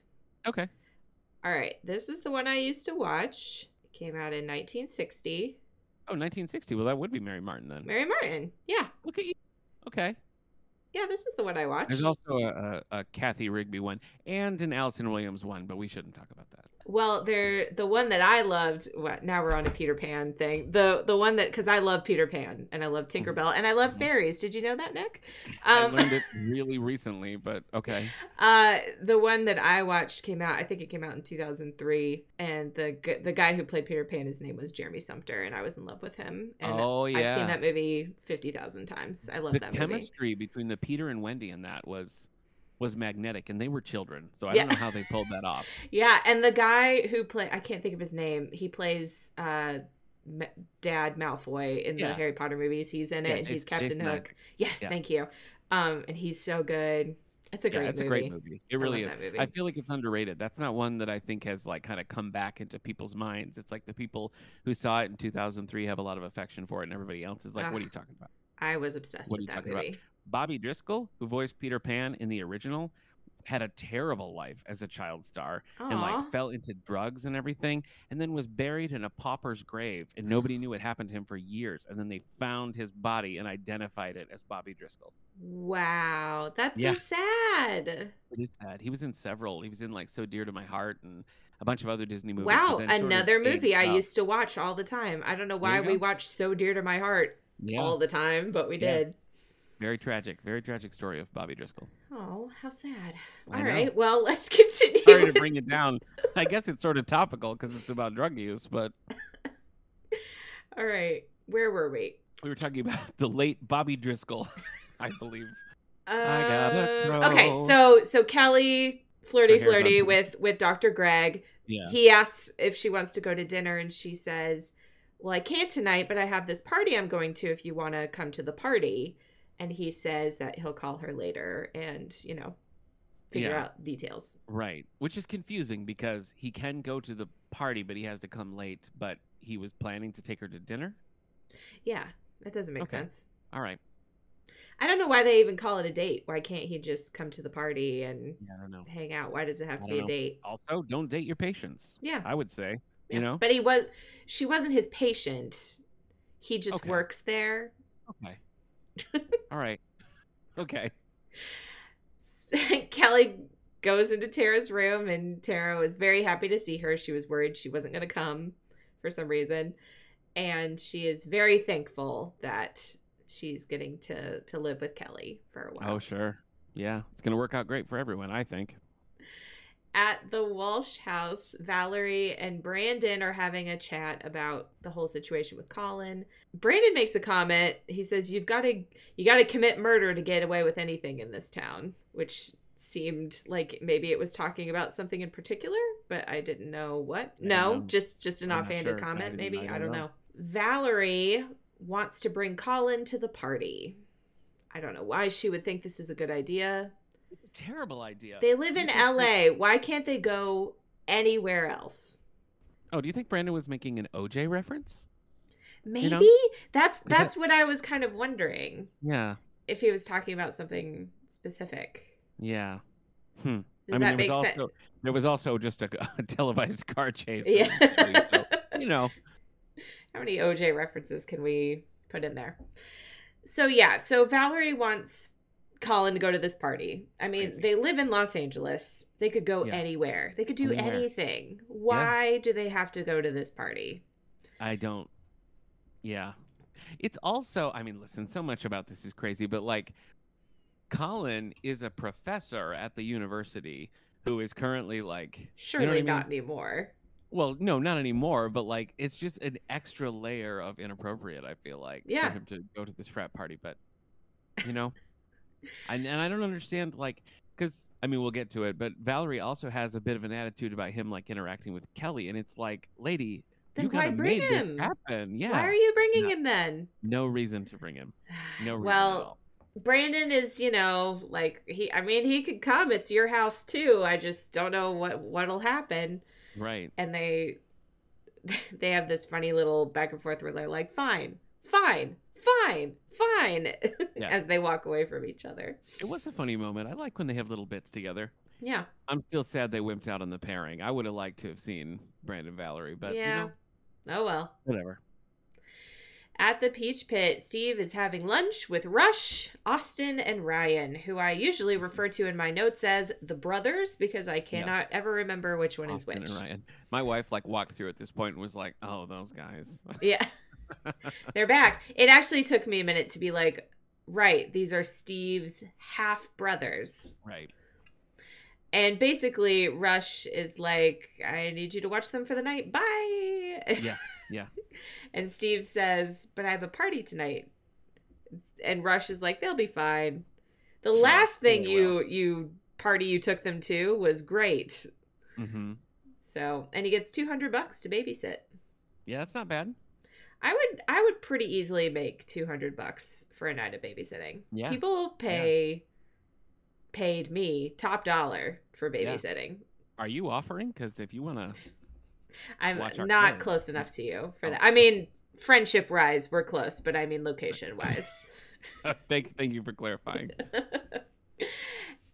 [SPEAKER 1] Okay.
[SPEAKER 2] all right this is the one i used to watch it came out in 1960
[SPEAKER 1] Oh, 1960. Well, that would be Mary Martin then.
[SPEAKER 2] mary martin yeah
[SPEAKER 1] Look at you. Okay.
[SPEAKER 2] yeah this is the one i watched
[SPEAKER 1] There's also a, a, a Kathy Rigby one and an Allison Williams one, but we shouldn't talk about that.
[SPEAKER 2] Well, there the one that I loved. What now we're on a Peter Pan thing. The the one that because I love Peter Pan and I love Tinkerbell and I love
[SPEAKER 1] Mhm.
[SPEAKER 2] fairies. Did you know that, Nick?
[SPEAKER 1] I
[SPEAKER 2] Um,
[SPEAKER 1] learned it really recently, but okay.
[SPEAKER 2] uh, the one that I watched came out. I think it came out in two thousand three. And the gu- the guy who played Peter Pan, his name was Jeremy Sumter, and I was in love with him. And
[SPEAKER 1] oh yeah.
[SPEAKER 2] I've seen that movie fifty thousand times. I love
[SPEAKER 1] the
[SPEAKER 2] that movie.
[SPEAKER 1] chemistry between the Peter and Wendy in that was was magnetic, and they were children, so I
[SPEAKER 2] Yeah.
[SPEAKER 1] don't know how they pulled that off.
[SPEAKER 2] Yeah, and the guy who play I can't think of his name. He plays uh, Ma- Dad Malfoy in the
[SPEAKER 1] Yeah.
[SPEAKER 2] Harry Potter movies. He's in it.
[SPEAKER 1] Yeah,
[SPEAKER 2] and he's
[SPEAKER 1] Jason-
[SPEAKER 2] Captain
[SPEAKER 1] Jason
[SPEAKER 2] Hook.
[SPEAKER 1] Isaac.
[SPEAKER 2] Yes,
[SPEAKER 1] Yeah.
[SPEAKER 2] thank you. Um, and he's so good. It's a great
[SPEAKER 1] yeah, it's
[SPEAKER 2] movie.
[SPEAKER 1] a great movie. It really is.
[SPEAKER 2] love that movie.
[SPEAKER 1] I feel like it's underrated. That's not one that I think has like kind of come back into people's minds. It's like the people who saw it in 2003 have a lot of affection for it, and everybody else is like,
[SPEAKER 2] Ah.
[SPEAKER 1] "What are you talking about?"
[SPEAKER 2] I was obsessed
[SPEAKER 1] What are
[SPEAKER 2] with
[SPEAKER 1] you
[SPEAKER 2] that
[SPEAKER 1] talking about?
[SPEAKER 2] movie.
[SPEAKER 1] Bobby Driscoll, who voiced Peter Pan in the original, had a terrible life as a child star and like
[SPEAKER 2] Aw.
[SPEAKER 1] fell into drugs and everything, and then was buried in a pauper's grave, and nobody knew what happened to him for years. And then they found his body and identified it as Bobby Driscoll.
[SPEAKER 2] wow, that's
[SPEAKER 1] Yeah.
[SPEAKER 2] so sad.
[SPEAKER 1] It is sad. He was in several. He was in like So Dear to My Heart and a bunch of other Disney movies. but
[SPEAKER 2] wow,
[SPEAKER 1] then sort of
[SPEAKER 2] another
[SPEAKER 1] aged
[SPEAKER 2] movie I
[SPEAKER 1] up.
[SPEAKER 2] used to watch all the time. I don't know
[SPEAKER 1] There
[SPEAKER 2] why
[SPEAKER 1] you
[SPEAKER 2] we
[SPEAKER 1] go.
[SPEAKER 2] watched So Dear to My Heart
[SPEAKER 1] Yeah,
[SPEAKER 2] all the time, but we
[SPEAKER 1] Yeah.
[SPEAKER 2] did.
[SPEAKER 1] very tragic, very tragic story of Bobby Driscoll.
[SPEAKER 2] Oh, how sad.
[SPEAKER 1] I
[SPEAKER 2] All
[SPEAKER 1] know.
[SPEAKER 2] right, well, let's continue.
[SPEAKER 1] Sorry to
[SPEAKER 2] with-
[SPEAKER 1] bring it down. I guess it's sort of topical because it's about drug use, but
[SPEAKER 2] All right, where were we?
[SPEAKER 1] we were talking about the late Bobby Driscoll, I believe. gotta
[SPEAKER 2] Uh, okay,
[SPEAKER 1] throw.
[SPEAKER 2] so so Kelly
[SPEAKER 1] Her
[SPEAKER 2] flirty
[SPEAKER 1] hair's
[SPEAKER 2] flirty
[SPEAKER 1] on point.
[SPEAKER 2] with with Dr. Greg.
[SPEAKER 1] Yeah.
[SPEAKER 2] He asks if she wants to go to dinner, and she says, "Well, I can't tonight, but I have this party I'm going to. If you want to come to the party," and he says that he'll call her later, and you know, figure
[SPEAKER 1] Yeah.
[SPEAKER 2] out details.
[SPEAKER 1] Right, which is confusing because he can go to the party, but he has to come late. But he was planning to take her to dinner.
[SPEAKER 2] Yeah, that doesn't make
[SPEAKER 1] Okay.
[SPEAKER 2] sense.
[SPEAKER 1] All right,
[SPEAKER 2] I don't know why they even call it a date. Why can't he just come to the party and
[SPEAKER 1] yeah, I don't know.
[SPEAKER 2] hang out? Why does it have to
[SPEAKER 1] I
[SPEAKER 2] be a
[SPEAKER 1] don't know.
[SPEAKER 2] date?
[SPEAKER 1] Also, don't date your patients.
[SPEAKER 2] Yeah.
[SPEAKER 1] I would say,
[SPEAKER 2] Yeah.
[SPEAKER 1] you know,
[SPEAKER 2] but he was she wasn't his patient he just
[SPEAKER 1] Okay.
[SPEAKER 2] works there
[SPEAKER 1] okay, All right. Okay.
[SPEAKER 2] Kelly goes into Tara's room, and Tara was very happy to see her. She was worried she wasn't going to come for some reason, and she is very thankful that she's getting to to live with Kelly for a while.
[SPEAKER 1] Oh, sure. Yeah. It's going to work out great for everyone, I think.
[SPEAKER 2] At the Walsh house, Valerie and Brandon are having a chat about the whole situation with Colin. Brandon makes a comment. He says, "You've got to you got to commit murder to get away with anything in this town," which seemed like maybe it was talking about something in particular, but I didn't know what.
[SPEAKER 1] I
[SPEAKER 2] no,
[SPEAKER 1] don't know.
[SPEAKER 2] just just an
[SPEAKER 1] I'm not
[SPEAKER 2] offhanded
[SPEAKER 1] sure. I
[SPEAKER 2] comment
[SPEAKER 1] didn't-
[SPEAKER 2] maybe.
[SPEAKER 1] I
[SPEAKER 2] I
[SPEAKER 1] don't
[SPEAKER 2] don't,
[SPEAKER 1] know.
[SPEAKER 2] know. Valerie wants to bring Colin to the party. I don't know why she would think this is a good idea.
[SPEAKER 1] Terrible idea.
[SPEAKER 2] They live in
[SPEAKER 1] You think
[SPEAKER 2] LA. Why can't they go anywhere else?
[SPEAKER 1] Oh, do you think Brandon was making an OJ reference?
[SPEAKER 2] Maybe
[SPEAKER 1] know?
[SPEAKER 2] that's
[SPEAKER 1] that-
[SPEAKER 2] that's what I was kind of wondering
[SPEAKER 1] Yeah.
[SPEAKER 2] if he was talking about something specific.
[SPEAKER 1] Yeah. Hmm.
[SPEAKER 2] Does
[SPEAKER 1] I mean,
[SPEAKER 2] that
[SPEAKER 1] there
[SPEAKER 2] make
[SPEAKER 1] was
[SPEAKER 2] sense?
[SPEAKER 1] also there was also just a, a televised car chase.
[SPEAKER 2] Yeah.
[SPEAKER 1] so, you know.
[SPEAKER 2] How many OJ references can we put in there? So yeah, so Valerie wants Colin to go to this party. I mean,
[SPEAKER 1] Crazy.
[SPEAKER 2] they live in Los Angeles. They could go
[SPEAKER 1] Yeah.
[SPEAKER 2] anywhere. They could do
[SPEAKER 1] Anywhere.
[SPEAKER 2] anything. Why do they have to go to this party?
[SPEAKER 1] I don't. Yeah. It's also, I mean, listen, so much about this is crazy, but like Colin is a professor at the university who is currently like,
[SPEAKER 2] Surely
[SPEAKER 1] I mean?
[SPEAKER 2] not anymore.
[SPEAKER 1] well, no, not anymore, but like it's just an extra layer of inappropriate, I feel like,
[SPEAKER 2] Yeah.
[SPEAKER 1] for him to go to this frat party. But, you know, and, and I don't understand, like, because I mean, we'll get to it, but Valerie also has a bit of an attitude about him like interacting with Kelly, and it's like, lady,
[SPEAKER 2] Then
[SPEAKER 1] you
[SPEAKER 2] why
[SPEAKER 1] gotta
[SPEAKER 2] bring
[SPEAKER 1] made this
[SPEAKER 2] him?
[SPEAKER 1] happen. Yeah.
[SPEAKER 2] Why are you bringing
[SPEAKER 1] No.
[SPEAKER 2] him then?
[SPEAKER 1] No reason to bring him. No reason at
[SPEAKER 2] well,
[SPEAKER 1] all.
[SPEAKER 2] Brandon is, you know, like he. I mean, he could come. It's your house too. I just don't know what what'll happen.
[SPEAKER 1] Right.
[SPEAKER 2] and they they have this funny little back and forth where they're like fine fine fine fine
[SPEAKER 1] Yeah.
[SPEAKER 2] as they walk away from each other
[SPEAKER 1] It was a funny moment. I like when they have little bits together.
[SPEAKER 2] yeah
[SPEAKER 1] I'm still sad they wimped out on the pairing. I would have liked to have seen Brandon Valerie, but
[SPEAKER 2] yeah
[SPEAKER 1] you know,
[SPEAKER 2] oh well
[SPEAKER 1] whatever.
[SPEAKER 2] at the peach pit steve is having lunch with rush austin and ryan who i usually refer to in my notes as the brothers because i cannot ever remember which one
[SPEAKER 1] Austin and
[SPEAKER 2] is which
[SPEAKER 1] Ryan. My wife like walked through at this point and was like, "Oh, those guys."
[SPEAKER 2] yeah they're back it actually took me a minute to be like right these are steve's half brothers
[SPEAKER 1] right.
[SPEAKER 2] And basically, Rush is like, I need you to watch them for the night. Bye.
[SPEAKER 1] Yeah, yeah.
[SPEAKER 2] and Steve says, But I have a party tonight. And Rush is like, They'll be fine. The
[SPEAKER 1] Sure,
[SPEAKER 2] last thing
[SPEAKER 1] they
[SPEAKER 2] you
[SPEAKER 1] will.
[SPEAKER 2] you party you took them to was great.
[SPEAKER 1] hmm
[SPEAKER 2] So and he gets two hundred bucks to babysit.
[SPEAKER 1] Yeah, that's not bad.
[SPEAKER 2] I would I would pretty easily make two hundred bucks for a night of babysitting.
[SPEAKER 1] Yeah,
[SPEAKER 2] People pay paid me top dollar for
[SPEAKER 1] Yeah.
[SPEAKER 2] babysitting.
[SPEAKER 1] Are you offering? Because if you want to,
[SPEAKER 2] I'm
[SPEAKER 1] watch our
[SPEAKER 2] not
[SPEAKER 1] film.
[SPEAKER 2] close enough to you for
[SPEAKER 1] Oh.
[SPEAKER 2] that. I mean, friendship wise, we're close, but I mean, location wise.
[SPEAKER 1] thank thank you for clarifying.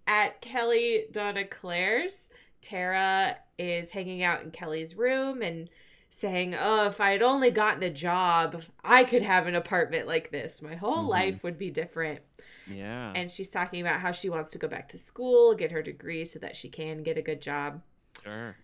[SPEAKER 2] At Kelly Donna Claire's, Tara is hanging out in Kelly's room and saying, Oh, if I had only gotten a job, I could have an apartment like this. My whole
[SPEAKER 1] Mhm.
[SPEAKER 2] life would be different.
[SPEAKER 1] Yeah.
[SPEAKER 2] And she's talking about how she wants to go back to school, get her degree so that she can get a good job.
[SPEAKER 1] sure.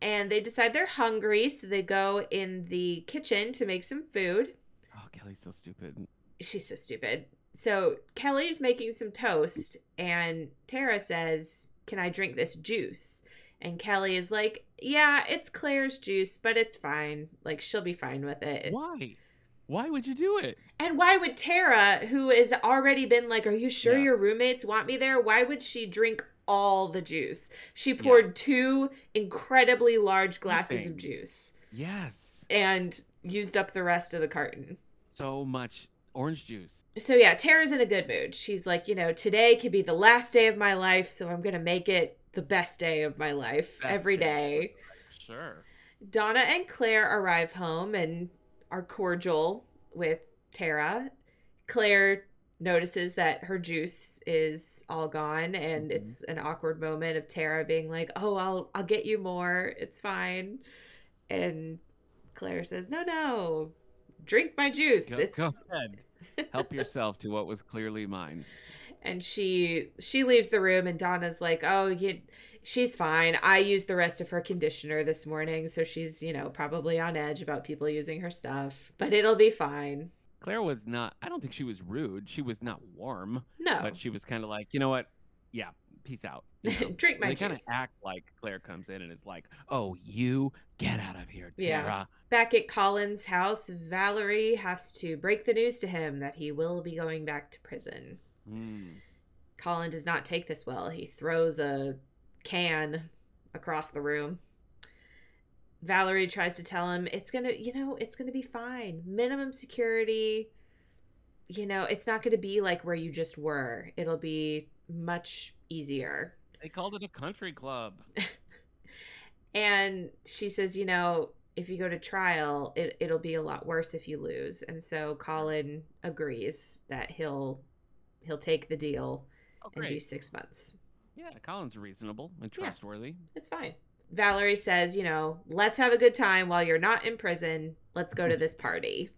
[SPEAKER 2] And they decide they're hungry, so they go in the kitchen to make some food.
[SPEAKER 1] Oh, Kelly's so stupid.
[SPEAKER 2] she's so stupid. So Kelly's making some toast, and Tara says, Can I drink this juice? And Kelly is like, Yeah, it's Claire's juice, but it's fine. Like, she'll be fine with it.
[SPEAKER 1] Why? Why would you do it?
[SPEAKER 2] And why would Tara, who has already been like, Are you sure
[SPEAKER 1] Yeah.
[SPEAKER 2] your roommates want me there? Why would she drink all the juice? She poured two incredibly large glasses
[SPEAKER 1] Nothing.
[SPEAKER 2] of juice
[SPEAKER 1] Yes.
[SPEAKER 2] and used up the rest of the carton.
[SPEAKER 1] So much orange juice.
[SPEAKER 2] so yeah, Tara's in a good mood. She's like, you know, today could be the last day of my life, so I'm gonna make it the best day of my life
[SPEAKER 1] Best
[SPEAKER 2] every
[SPEAKER 1] day.
[SPEAKER 2] day.
[SPEAKER 1] Sure.
[SPEAKER 2] Donna and Claire arrive home and are cordial with Tara. Claire notices that her juice is all gone and
[SPEAKER 1] Mhm.
[SPEAKER 2] it's an awkward moment of Tara being like, "Oh, I'll I'll get you more. It's fine." And Claire says, "No, no. Drink my juice.
[SPEAKER 1] Go,
[SPEAKER 2] it's
[SPEAKER 1] go ahead. Help yourself to what was clearly mine.
[SPEAKER 2] and she she leaves the room and donna's like oh you, she's fine i used the rest of her conditioner this morning so she's you know probably on edge about people using her stuff but it'll be fine
[SPEAKER 1] Claire was not, I don't think she was rude. She was not warm,
[SPEAKER 2] no
[SPEAKER 1] but she was kind of like, you know what? Yeah, peace out. you know?
[SPEAKER 2] drink my
[SPEAKER 1] they kind of
[SPEAKER 2] juice
[SPEAKER 1] act like Claire comes in and is like, oh, you get out of here,
[SPEAKER 2] Yeah.
[SPEAKER 1] Dara.
[SPEAKER 2] back at colin's house valerie has to break the news to him that he will be going back to prison
[SPEAKER 1] Mm.
[SPEAKER 2] colin does not take this well he throws a can across the room Valerie tries to tell him it's going to, you know, it's going to be fine. Minimum security. You know, it's not going to be like where you just were. It'll be much easier.
[SPEAKER 1] They called it a country club.
[SPEAKER 2] And she says, you know, if you go to trial, it, it'll be a lot worse if you lose. And so Colin agrees that he'll he'll take the deal
[SPEAKER 1] Oh,
[SPEAKER 2] and do
[SPEAKER 1] great.
[SPEAKER 2] 6 months.
[SPEAKER 1] Yeah, Colin's reasonable and
[SPEAKER 2] Yeah.
[SPEAKER 1] trustworthy.
[SPEAKER 2] It's fine. Valerie says, you know, let's have a good time while you're not in prison. Let's go to this party.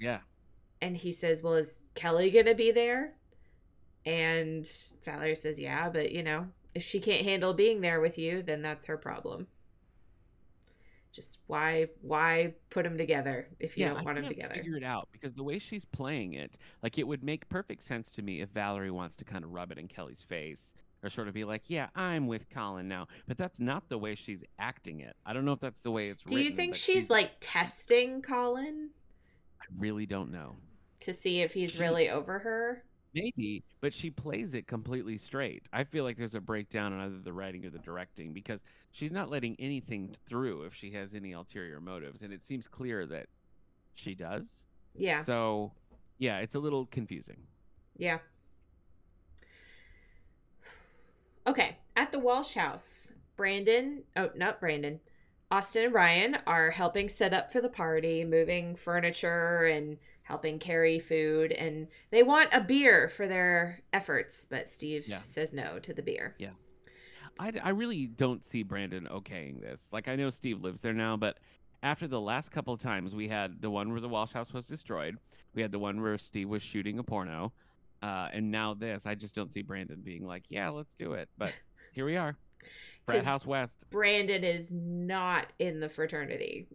[SPEAKER 1] Yeah.
[SPEAKER 2] and he says, "Well, is Kelly gonna be there?" And Valerie says, "Yeah, but you know, if she can't handle being there with you, then that's her problem." Just why why put them together if you
[SPEAKER 1] yeah,
[SPEAKER 2] don't
[SPEAKER 1] I
[SPEAKER 2] want them
[SPEAKER 1] can't
[SPEAKER 2] together?
[SPEAKER 1] Figure it out because the way she's playing it, like it would make perfect sense to me if Valerie wants to kind of rub it in Kelly's face or sort of be like, "Yeah, I'm with Colin now," but that's not the way she's acting it. I don't know if that's the way it's.
[SPEAKER 2] Do you
[SPEAKER 1] written,
[SPEAKER 2] think
[SPEAKER 1] but
[SPEAKER 2] she's, like testing Colin
[SPEAKER 1] I really don't know.
[SPEAKER 2] to see if he's
[SPEAKER 1] She-
[SPEAKER 2] really over her?
[SPEAKER 1] Maybe, but she plays it completely straight. I feel like there's a breakdown in either the writing or the directing because she's not letting anything through if she has any ulterior motives, and it seems clear that she does.
[SPEAKER 2] Yeah,
[SPEAKER 1] So, yeah, it's a little confusing.
[SPEAKER 2] yeah. Okay, at the Walsh house, Brandon, oh, not Brandon, Austin and Ryan are helping set up for the party, moving furniture and helping carry food. And they want a beer for their efforts, but Steve
[SPEAKER 1] Yeah.
[SPEAKER 2] says no to the beer.
[SPEAKER 1] Yeah. I, d- I really don't see Brandon okaying this. Like, I know Steve lives there now, but after the last couple of times, we had the one where the Walsh house was destroyed, we had the one where Steve was shooting a porno, uh, and now this. I just don't see Brandon being like, yeah, let's do it. But here we are. Frat
[SPEAKER 2] 'Cause-
[SPEAKER 1] House West.
[SPEAKER 2] Brandon is not in the fraternity.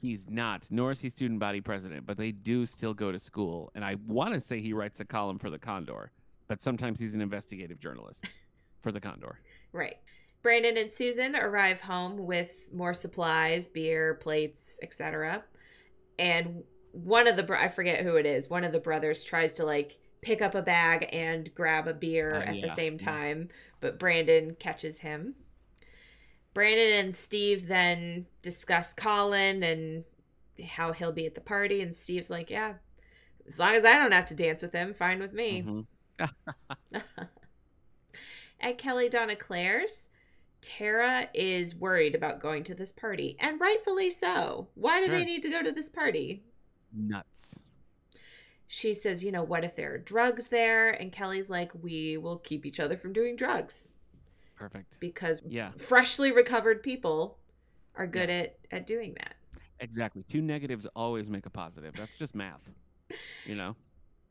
[SPEAKER 1] He's not, nor is he student body president, but they do still go to school. And I want to say he writes a column for the Condor, but sometimes he's an investigative journalist for the Condor.
[SPEAKER 2] Right. Brandon and Susan arrive home with more supplies, beer, plates, etc. And one of the bro- I forget who it is, one of the brothers tries to like pick up a bag and grab a beer
[SPEAKER 1] Oh,
[SPEAKER 2] at the
[SPEAKER 1] yeah,
[SPEAKER 2] same
[SPEAKER 1] yeah.
[SPEAKER 2] time, but Brandon catches him. Brandon and Steve then discuss Colin and how he'll be at the party and Steve's like, "Yeah, as long as I don't have to dance with him, fine with me."
[SPEAKER 1] Mhm.
[SPEAKER 2] At Kelly Donna Claire's, Tara is worried about going to this party, and rightfully so. Why do they
[SPEAKER 1] Sure.
[SPEAKER 2] need to go to this party?
[SPEAKER 1] Nuts.
[SPEAKER 2] She says, you know, what if there are drugs there? And Kelly's like, we will keep each other from doing drugs
[SPEAKER 1] Perfect.
[SPEAKER 2] because
[SPEAKER 1] Yeah.
[SPEAKER 2] freshly recovered people are good at, at doing that.
[SPEAKER 1] Exactly. Two negatives always make a positive. That's just math. You know?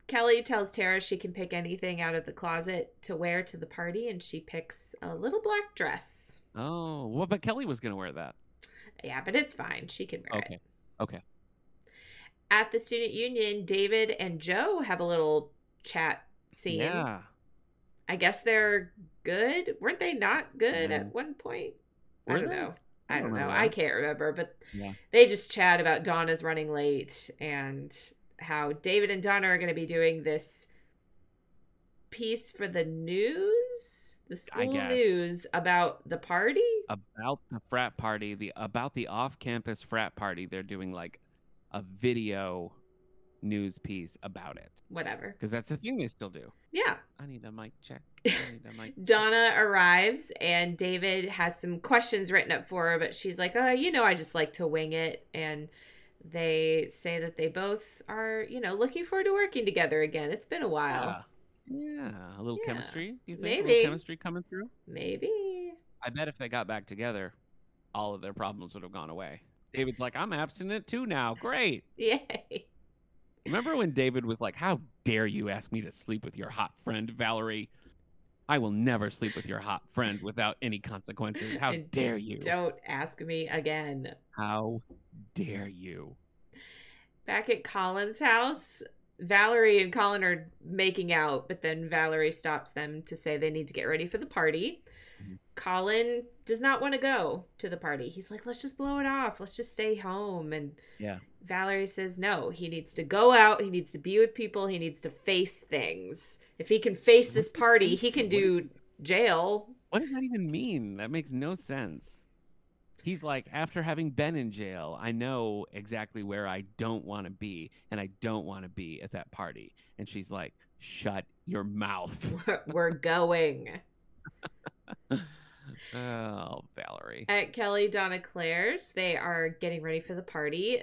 [SPEAKER 2] Kelly tells Tara she can pick anything out of the closet to wear to the party, and she picks a little black dress.
[SPEAKER 1] Oh, well, but Kelly was going to wear that.
[SPEAKER 2] Yeah, but it's fine. She can wear it.
[SPEAKER 1] Okay. Okay.
[SPEAKER 2] at the student union, David and Joe have a little chat scene.
[SPEAKER 1] Yeah.
[SPEAKER 2] I guess they're good. Weren't they not good
[SPEAKER 1] Yeah.
[SPEAKER 2] at one point? I
[SPEAKER 1] Were
[SPEAKER 2] don't
[SPEAKER 1] they?
[SPEAKER 2] know.
[SPEAKER 1] Mm-hmm. I
[SPEAKER 2] I
[SPEAKER 1] don't
[SPEAKER 2] don't know.
[SPEAKER 1] remember
[SPEAKER 2] I
[SPEAKER 1] that.
[SPEAKER 2] can't remember, but
[SPEAKER 1] Yeah.
[SPEAKER 2] they just chat about Donna's running late and how David and Donna are going to be doing this piece for the news, the school
[SPEAKER 1] guess.
[SPEAKER 2] news about the party.
[SPEAKER 1] About the frat party, the about the off-campus frat party, they're doing like a video news piece about it
[SPEAKER 2] Whatever.
[SPEAKER 1] because that's the thing they still do.
[SPEAKER 2] Yeah.
[SPEAKER 1] I need a mic check. I need a mic. check.
[SPEAKER 2] Donna arrives and David has some questions written up for her, but she's like, oh, you know, I just like to wing it. And they say that they both are, you know, looking forward to working together again. It's been a while.
[SPEAKER 1] Yeah. Yeah, a little
[SPEAKER 2] Yeah,
[SPEAKER 1] chemistry. You think a
[SPEAKER 2] maybe.
[SPEAKER 1] little chemistry coming through?
[SPEAKER 2] Maybe.
[SPEAKER 1] I bet if they got back together, all of their problems would have gone away. David's like, I'm abstinent too now. Great.
[SPEAKER 2] Yay.
[SPEAKER 1] Remember when David was like, "How dare you ask me to sleep with your hot friend Valerie? I will never sleep with your hot friend without any consequences. How
[SPEAKER 2] And
[SPEAKER 1] dare you?
[SPEAKER 2] Don't ask me again.
[SPEAKER 1] How dare you?"
[SPEAKER 2] Back at Colin's house, Valerie and Colin are making out, but then Valerie stops them to say they need to get ready for the party.
[SPEAKER 1] Mhm.
[SPEAKER 2] Colin does not want to go to the party. He's like, let's just blow it off. Let's just stay home. And
[SPEAKER 1] Yeah.
[SPEAKER 2] Valerie says, no, he needs to go out. He needs to be with people. He needs to face things. If he can face this party, he can
[SPEAKER 1] What is-
[SPEAKER 2] do jail.
[SPEAKER 1] What does that even mean? That makes no sense. He's like, after having been in jail, I know exactly where I don't want to be, and I don't want to be at that party. And she's like, shut your mouth.
[SPEAKER 2] We're- We're going.
[SPEAKER 1] oh, Valerie.
[SPEAKER 2] At Kelly Donna Claire's, they are getting ready for the party.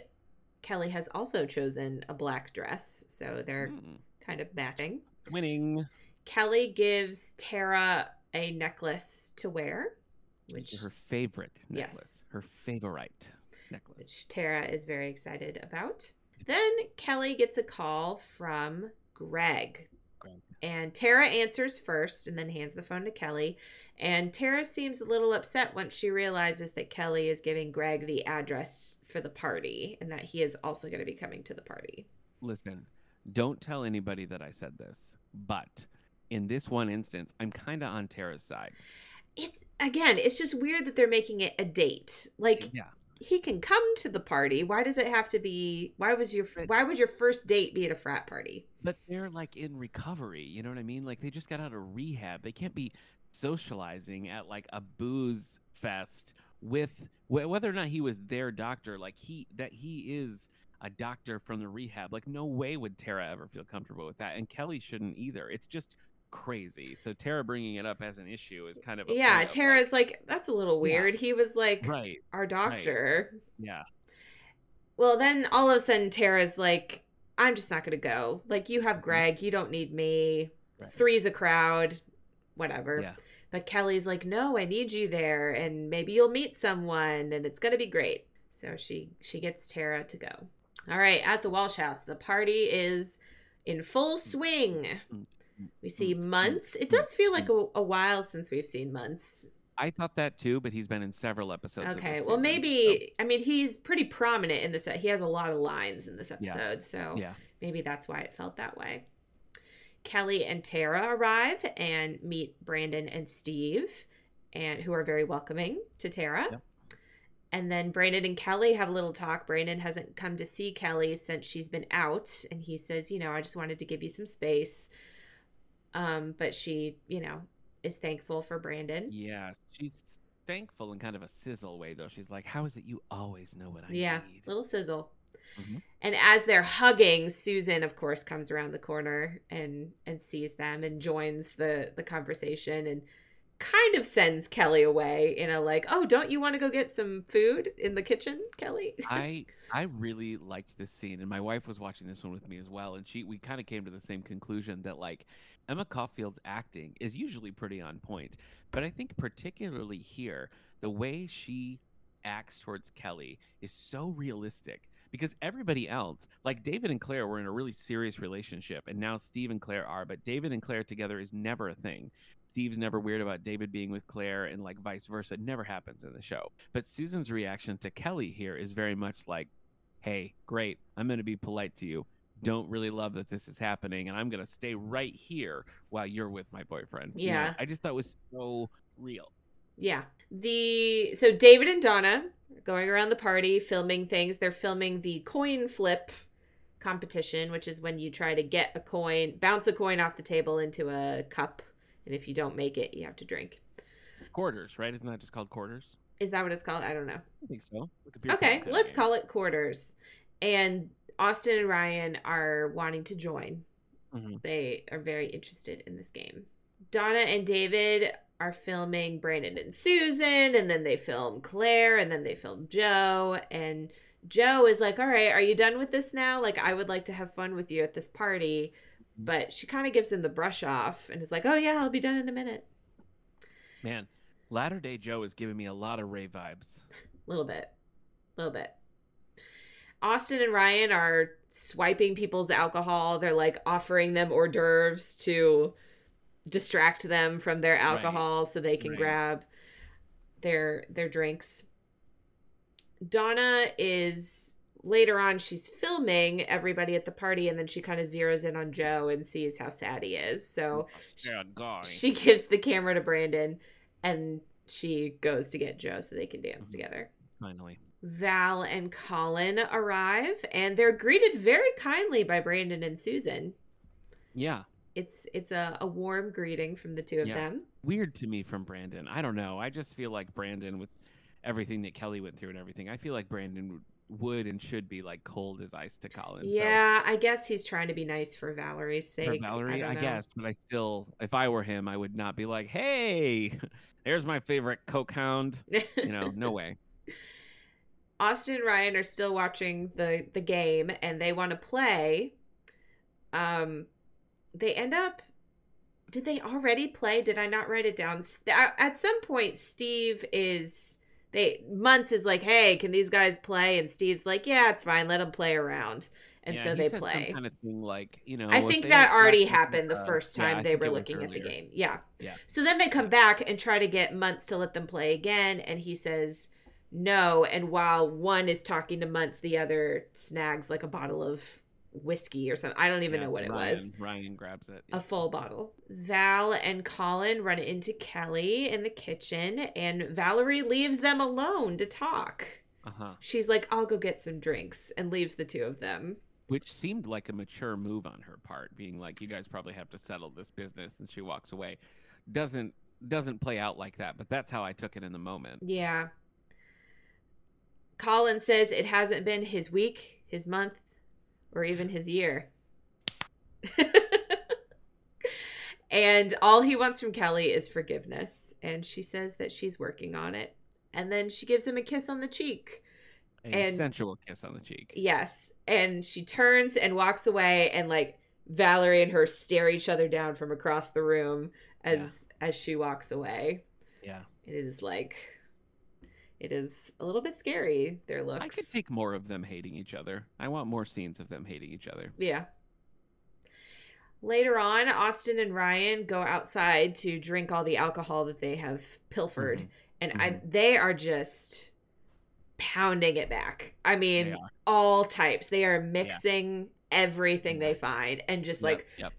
[SPEAKER 2] Kelly has also chosen a black dress, so they're
[SPEAKER 1] Mm,
[SPEAKER 2] kind of matching.
[SPEAKER 1] Winning.
[SPEAKER 2] Kelly gives Tara a necklace to wear, which,
[SPEAKER 1] Which her favorite necklace.
[SPEAKER 2] Yes.
[SPEAKER 1] Her favorite necklace.
[SPEAKER 2] which Tara is very excited about. Then Kelly gets a call from Greg.
[SPEAKER 1] Greg.
[SPEAKER 2] And Tara answers first and then hands the phone to Kelly. And Tara seems a little upset once she realizes that Kelly is giving Greg the address for the party and that he is also going to be coming to the party.
[SPEAKER 1] Listen, don't tell anybody that I said this, but in this one instance, I'm kind of on Tara's side.
[SPEAKER 2] It's again, it's just weird that they're making it a date. Like
[SPEAKER 1] Yeah.
[SPEAKER 2] he can come to the party. Why does it have to be why was your why would your first date be at a frat party?
[SPEAKER 1] But they're like in recovery, you know what I mean? Like they just got out of rehab. They can't be socializing at like a booze fest with wh- whether or not he was their doctor, like he that he is a doctor from the rehab. Like no way would Tara ever feel comfortable with that and Kelly shouldn't either. It's just crazy. So Tara bringing it up as an issue is kind of a
[SPEAKER 2] yeah,
[SPEAKER 1] point of,
[SPEAKER 2] Tara's like that's a little
[SPEAKER 1] Yeah.
[SPEAKER 2] weird. He was like
[SPEAKER 1] like, right.
[SPEAKER 2] our doctor.
[SPEAKER 1] Yeah.
[SPEAKER 2] Well, then all of a sudden Tara's like, I'm just not gonna go. Like you have Greg, you don't need me.
[SPEAKER 1] Right.
[SPEAKER 2] Three's a crowd, whatever.
[SPEAKER 1] Yeah.
[SPEAKER 2] But Kelly's like, no, I need you there, and maybe you'll meet someone, and it's gonna be great. So she she gets Tara to go. All right, at the Walsh house, the party is in full swing. We see months. It does feel like a, a while since we've seen months.
[SPEAKER 1] I thought that too, but he's been in several episodes. of
[SPEAKER 2] Okay,
[SPEAKER 1] this season,
[SPEAKER 2] well maybe I mean he's pretty prominent in this. He has a lot of lines in this episode, so
[SPEAKER 1] so- yeah.
[SPEAKER 2] Maybe that's why it felt that way. Kelly and Tara arrive and meet Brandon and Steve, and who are very welcoming to Tara.
[SPEAKER 1] Yep.
[SPEAKER 2] And then Brandon and Kelly have a little talk. Brandon hasn't come to see Kelly since she's been out, and he says, "You know, I just wanted to give you some space." Um, but she, you know, is thankful for Brandon.
[SPEAKER 1] Yeah, she's thankful in kind of a sizzle way, though. She's like, "How is it you always know what I
[SPEAKER 2] yeah,
[SPEAKER 1] need?"
[SPEAKER 2] little sizzle.
[SPEAKER 1] Mhm.
[SPEAKER 2] And as they're hugging, Susan, of course, comes around the corner and and sees them and joins the the conversation and kind of sends Kelly away in a like, oh, don't you want to go get some food in the kitchen, Kelly?
[SPEAKER 1] I I really liked this scene, and my wife was watching this one with me as well, and she we kind of came to the same conclusion that like Emma Caulfield's acting is usually pretty on point, but I think particularly here the way she acts towards Kelly is so realistic because everybody else, like David and Claire, were in a really serious relationship, and now Steve and Claire are, but David and Claire together is never a thing. Steve's never weird about David being with Claire and like vice versa. It never happens in the show. But Susan's reaction to Kelly here is very much like, hey, great, I'm going to be polite to you. Don't really love that this is happening. And I'm going to stay right here while you're with my boyfriend. You know,
[SPEAKER 2] Yeah.
[SPEAKER 1] I just thought it was so real.
[SPEAKER 2] Yeah. The so David and Donna are going around the party filming things. They're filming the coin flip competition, which is when you try to get a coin, bounce a coin off the table into a cup, and if you don't make it, you have to drink.
[SPEAKER 1] Quarters, right? Isn't that just called quarters?
[SPEAKER 2] Is that what it's called? I don't know.
[SPEAKER 1] I think so. Like a beer
[SPEAKER 2] Okay,
[SPEAKER 1] pong kinda
[SPEAKER 2] let's
[SPEAKER 1] game.
[SPEAKER 2] call it quarters. And Austin and Ryan are wanting to join.
[SPEAKER 1] Mhm.
[SPEAKER 2] They are very interested in this game. Donna and David are filming Brandon and Susan, and then they film Claire, and then they film Joe. And Joe is like, All right, are you done with this now? Like, I would like to have fun with you at this party. But she kind of gives him the brush off and is like, Oh, yeah, I'll be done in a minute.
[SPEAKER 1] Man, Latter Day Joe is giving me a lot of Ray vibes.
[SPEAKER 2] A little bit. A little bit. Austin and Ryan are swiping people's alcohol. They're like offering them hors d'oeuvres to distract them from their alcohol so they can
[SPEAKER 1] Right.
[SPEAKER 2] grab their their drinks. Donna is later on she's filming everybody at the party and then she kind of zeroes in on Joe and sees how sad he is.
[SPEAKER 1] Oh,
[SPEAKER 2] So
[SPEAKER 1] Sad guy.
[SPEAKER 2] Oh, she gives the camera to Brandon and she goes to get Joe so they can dance
[SPEAKER 1] Mhm.
[SPEAKER 2] together.
[SPEAKER 1] Finally.
[SPEAKER 2] Val and Colin arrive and they're greeted very kindly by Brandon and Susan.
[SPEAKER 1] Yeah.
[SPEAKER 2] It's it's a, a warm greeting from the two of
[SPEAKER 1] Yeah.
[SPEAKER 2] them.
[SPEAKER 1] Weird to me from Brandon. I don't know. I just feel like Brandon with everything that Kelly went through and everything. I feel like Brandon would, would and should be like cold as ice to Colin.
[SPEAKER 2] yeah, I guess he's trying to be nice for Valerie's
[SPEAKER 1] So
[SPEAKER 2] sake.
[SPEAKER 1] for Valerie,
[SPEAKER 2] don't
[SPEAKER 1] I,
[SPEAKER 2] know.
[SPEAKER 1] guess, but I still, if I were him, I would not be like, "Hey, there's my favorite coke hound." You know, no way.
[SPEAKER 2] Austin and Ryan are still watching the the game and they want to play. Um they end up did they already play? Did I not write it down? S- a- At some point Steve is they Munts is like, "Hey, can these guys play?" and Steve's like, "Yeah, it's fine. Let them play around." And
[SPEAKER 1] Yeah,
[SPEAKER 2] so
[SPEAKER 1] he
[SPEAKER 2] they
[SPEAKER 1] says some
[SPEAKER 2] play.
[SPEAKER 1] kind of thing like you know.
[SPEAKER 2] I
[SPEAKER 1] if
[SPEAKER 2] think
[SPEAKER 1] they
[SPEAKER 2] that
[SPEAKER 1] don't
[SPEAKER 2] already
[SPEAKER 1] practice,
[SPEAKER 2] happened the
[SPEAKER 1] uh,
[SPEAKER 2] first
[SPEAKER 1] yeah, I
[SPEAKER 2] time they
[SPEAKER 1] think
[SPEAKER 2] were
[SPEAKER 1] it was
[SPEAKER 2] looking at the
[SPEAKER 1] earlier.
[SPEAKER 2] game. Yeah.
[SPEAKER 1] Yeah.
[SPEAKER 2] So then they come back and try to get Muntz to let them play again, and he says no. And while one is talking to Muntz, the other snags like a bottle of whiskey or something. I don't even
[SPEAKER 1] Yeah,
[SPEAKER 2] know what
[SPEAKER 1] Ryan,
[SPEAKER 2] it was.
[SPEAKER 1] Ryan grabs it.
[SPEAKER 2] A full bottle. Val and Colin run into Kelly in the kitchen, and Valerie leaves them alone to talk.
[SPEAKER 1] Uh huh.
[SPEAKER 2] She's like, I'll go get some drinks, and leaves the two of them.
[SPEAKER 1] Which seemed like a mature move on her part, being like, "You guys probably have to settle this business," and she walks away. Doesn't doesn't play out like that, but that's how I took it in the moment.
[SPEAKER 2] Yeah. Colin says it hasn't been his week, his month, or even his year. and all he wants from Kelly is forgiveness. And she says that she's working on it. And then she gives him a kiss on the cheek.
[SPEAKER 1] A
[SPEAKER 2] And-
[SPEAKER 1] sensual kiss on the cheek.
[SPEAKER 2] Yes. And she turns and walks away and like Valerie and her stare each other down from across the room as as she walks away.
[SPEAKER 1] Yeah.
[SPEAKER 2] It is like it is a little bit scary their
[SPEAKER 1] I could
[SPEAKER 2] looks.
[SPEAKER 1] take more of them hating each other. I want more scenes of them hating each other.
[SPEAKER 2] yeah. Later on, Austin and Ryan go outside to drink all the alcohol that they have pilfered
[SPEAKER 1] Mhm.
[SPEAKER 2] and I they are just pounding it back. I
[SPEAKER 1] They
[SPEAKER 2] mean,
[SPEAKER 1] are.
[SPEAKER 2] all types. They are mixing everything they
[SPEAKER 1] Right.
[SPEAKER 2] find and just
[SPEAKER 1] Yep,
[SPEAKER 2] like
[SPEAKER 1] yep.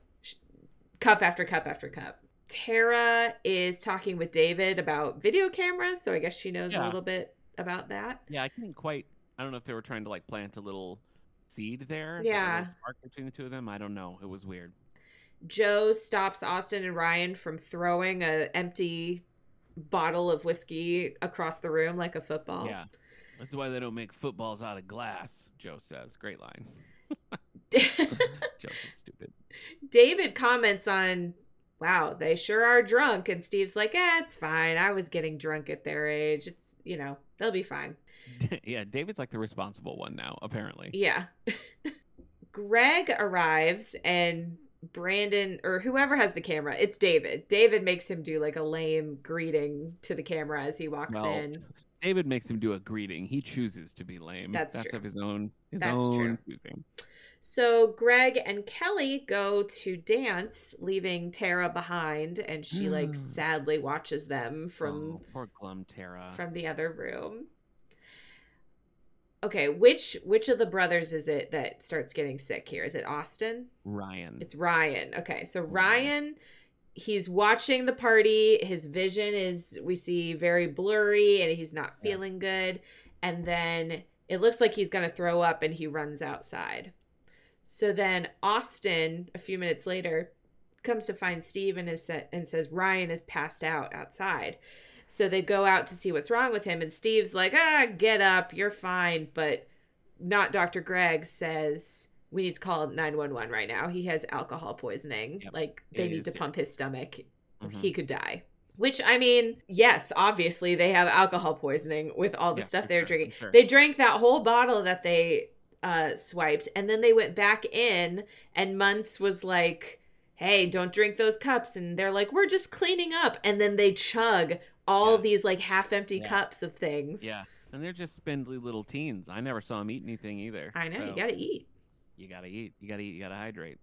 [SPEAKER 2] cup after cup after cup. Tara is talking with David about video cameras, so I guess she knows a
[SPEAKER 1] Yeah.
[SPEAKER 2] little bit about that.
[SPEAKER 1] Yeah, I couldn't quite. I don't know if they were trying to like plant a little seed there. like a little
[SPEAKER 2] Yeah.
[SPEAKER 1] spark between the two of them. I don't know. It was weird.
[SPEAKER 2] Joe stops Austin and Ryan from throwing a empty bottle of whiskey across the room like a football.
[SPEAKER 1] Yeah. This is why they don't make footballs out of glass. Joe says. Great line. Joe's so stupid.
[SPEAKER 2] David comments on, "Wow, they sure are drunk." And Steve's like, "Eh, it's fine. I was getting drunk at their age. It's, you know, they'll be fine."
[SPEAKER 1] yeah, David's like the responsible one now. Apparently.
[SPEAKER 2] Yeah. Greg arrives and Brandon or whoever has the camera, it's David. David makes him do like a lame greeting to the camera as he walks
[SPEAKER 1] Well,
[SPEAKER 2] in.
[SPEAKER 1] David makes him do a greeting. He chooses to be lame.
[SPEAKER 2] That's true.
[SPEAKER 1] of his own. His
[SPEAKER 2] That's
[SPEAKER 1] own
[SPEAKER 2] true.
[SPEAKER 1] choosing.
[SPEAKER 2] So Greg and Kelly go to dance, leaving Tara behind, and she like
[SPEAKER 1] Mm.
[SPEAKER 2] sadly watches them from
[SPEAKER 1] Oh, poor Glum Tara.
[SPEAKER 2] from the other room. Okay, which which of the brothers is it that starts getting sick here? Is it Austin?
[SPEAKER 1] Ryan. Mm-hmm.
[SPEAKER 2] It's Ryan. Okay, so
[SPEAKER 1] Ryan.
[SPEAKER 2] Ryan, he's watching the party. His vision is we see very blurry, and he's not
[SPEAKER 1] Yeah.
[SPEAKER 2] feeling good. And then it looks like he's gonna throw up, and he runs outside. So then Austin, a few minutes later, comes to find Steve and is sa- and says Ryan is passed out outside. So they go out to see what's wrong with him, and Steve's like, "Ah, get up, you're fine." But not Dr. Greg says we need to call 911 right now. He has alcohol poisoning.
[SPEAKER 1] Yep.
[SPEAKER 2] Like they
[SPEAKER 1] It
[SPEAKER 2] need
[SPEAKER 1] is
[SPEAKER 2] to
[SPEAKER 1] serious.
[SPEAKER 2] pump his stomach.
[SPEAKER 1] Mhm.
[SPEAKER 2] He could die. Which I mean, yes, obviously they have alcohol poisoning with all the
[SPEAKER 1] Yeah,
[SPEAKER 2] stuff
[SPEAKER 1] for
[SPEAKER 2] they were
[SPEAKER 1] sure, for
[SPEAKER 2] drinking.
[SPEAKER 1] sure.
[SPEAKER 2] They drank that whole bottle that they uh swiped and then they went back in and Munce was like, "Hey, don't drink those cups." And they're like, "We're just cleaning up." And then they chug all
[SPEAKER 1] Yeah.
[SPEAKER 2] these like half-empty
[SPEAKER 1] Yeah.
[SPEAKER 2] cups of things.
[SPEAKER 1] Yeah. and they're just spindly little teens. I never saw them eat anything either.
[SPEAKER 2] I know, you
[SPEAKER 1] So,
[SPEAKER 2] gotta eat.
[SPEAKER 1] you gotta eat. You gotta eat. You gotta hydrate.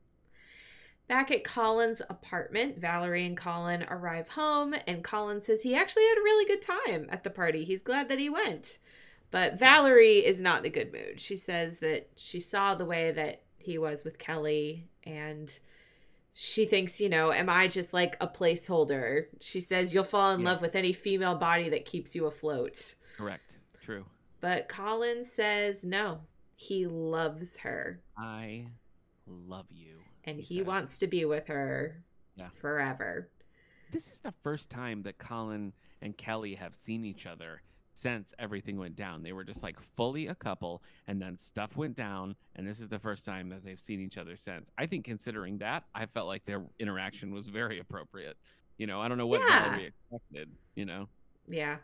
[SPEAKER 2] Back at Colin's apartment, Valerie and Colin arrive home, and Colin says he actually had a really good time at the party. He's glad that he went. But Valerie is not in a good mood. She says that she saw the way that he was with Kelly, and she thinks, you know, am I just like a placeholder? She says, you'll fall in
[SPEAKER 1] Yeah.
[SPEAKER 2] love with any female body that keeps you afloat.
[SPEAKER 1] Correct. True.
[SPEAKER 2] But Colin says, no, he loves her,
[SPEAKER 1] I love you.
[SPEAKER 2] and he
[SPEAKER 1] says.
[SPEAKER 2] wants to be with her
[SPEAKER 1] Yeah.
[SPEAKER 2] forever.
[SPEAKER 1] This is the first time that Colin and Kelly have seen each other since everything went down. They were just like fully a couple, and then stuff went down, and this is the first time that they've seen each other since. I think, considering that, I felt like their interaction was very appropriate. You know, I don't know what
[SPEAKER 2] Yeah.
[SPEAKER 1] Valerie expected. You know,
[SPEAKER 2] Yeah.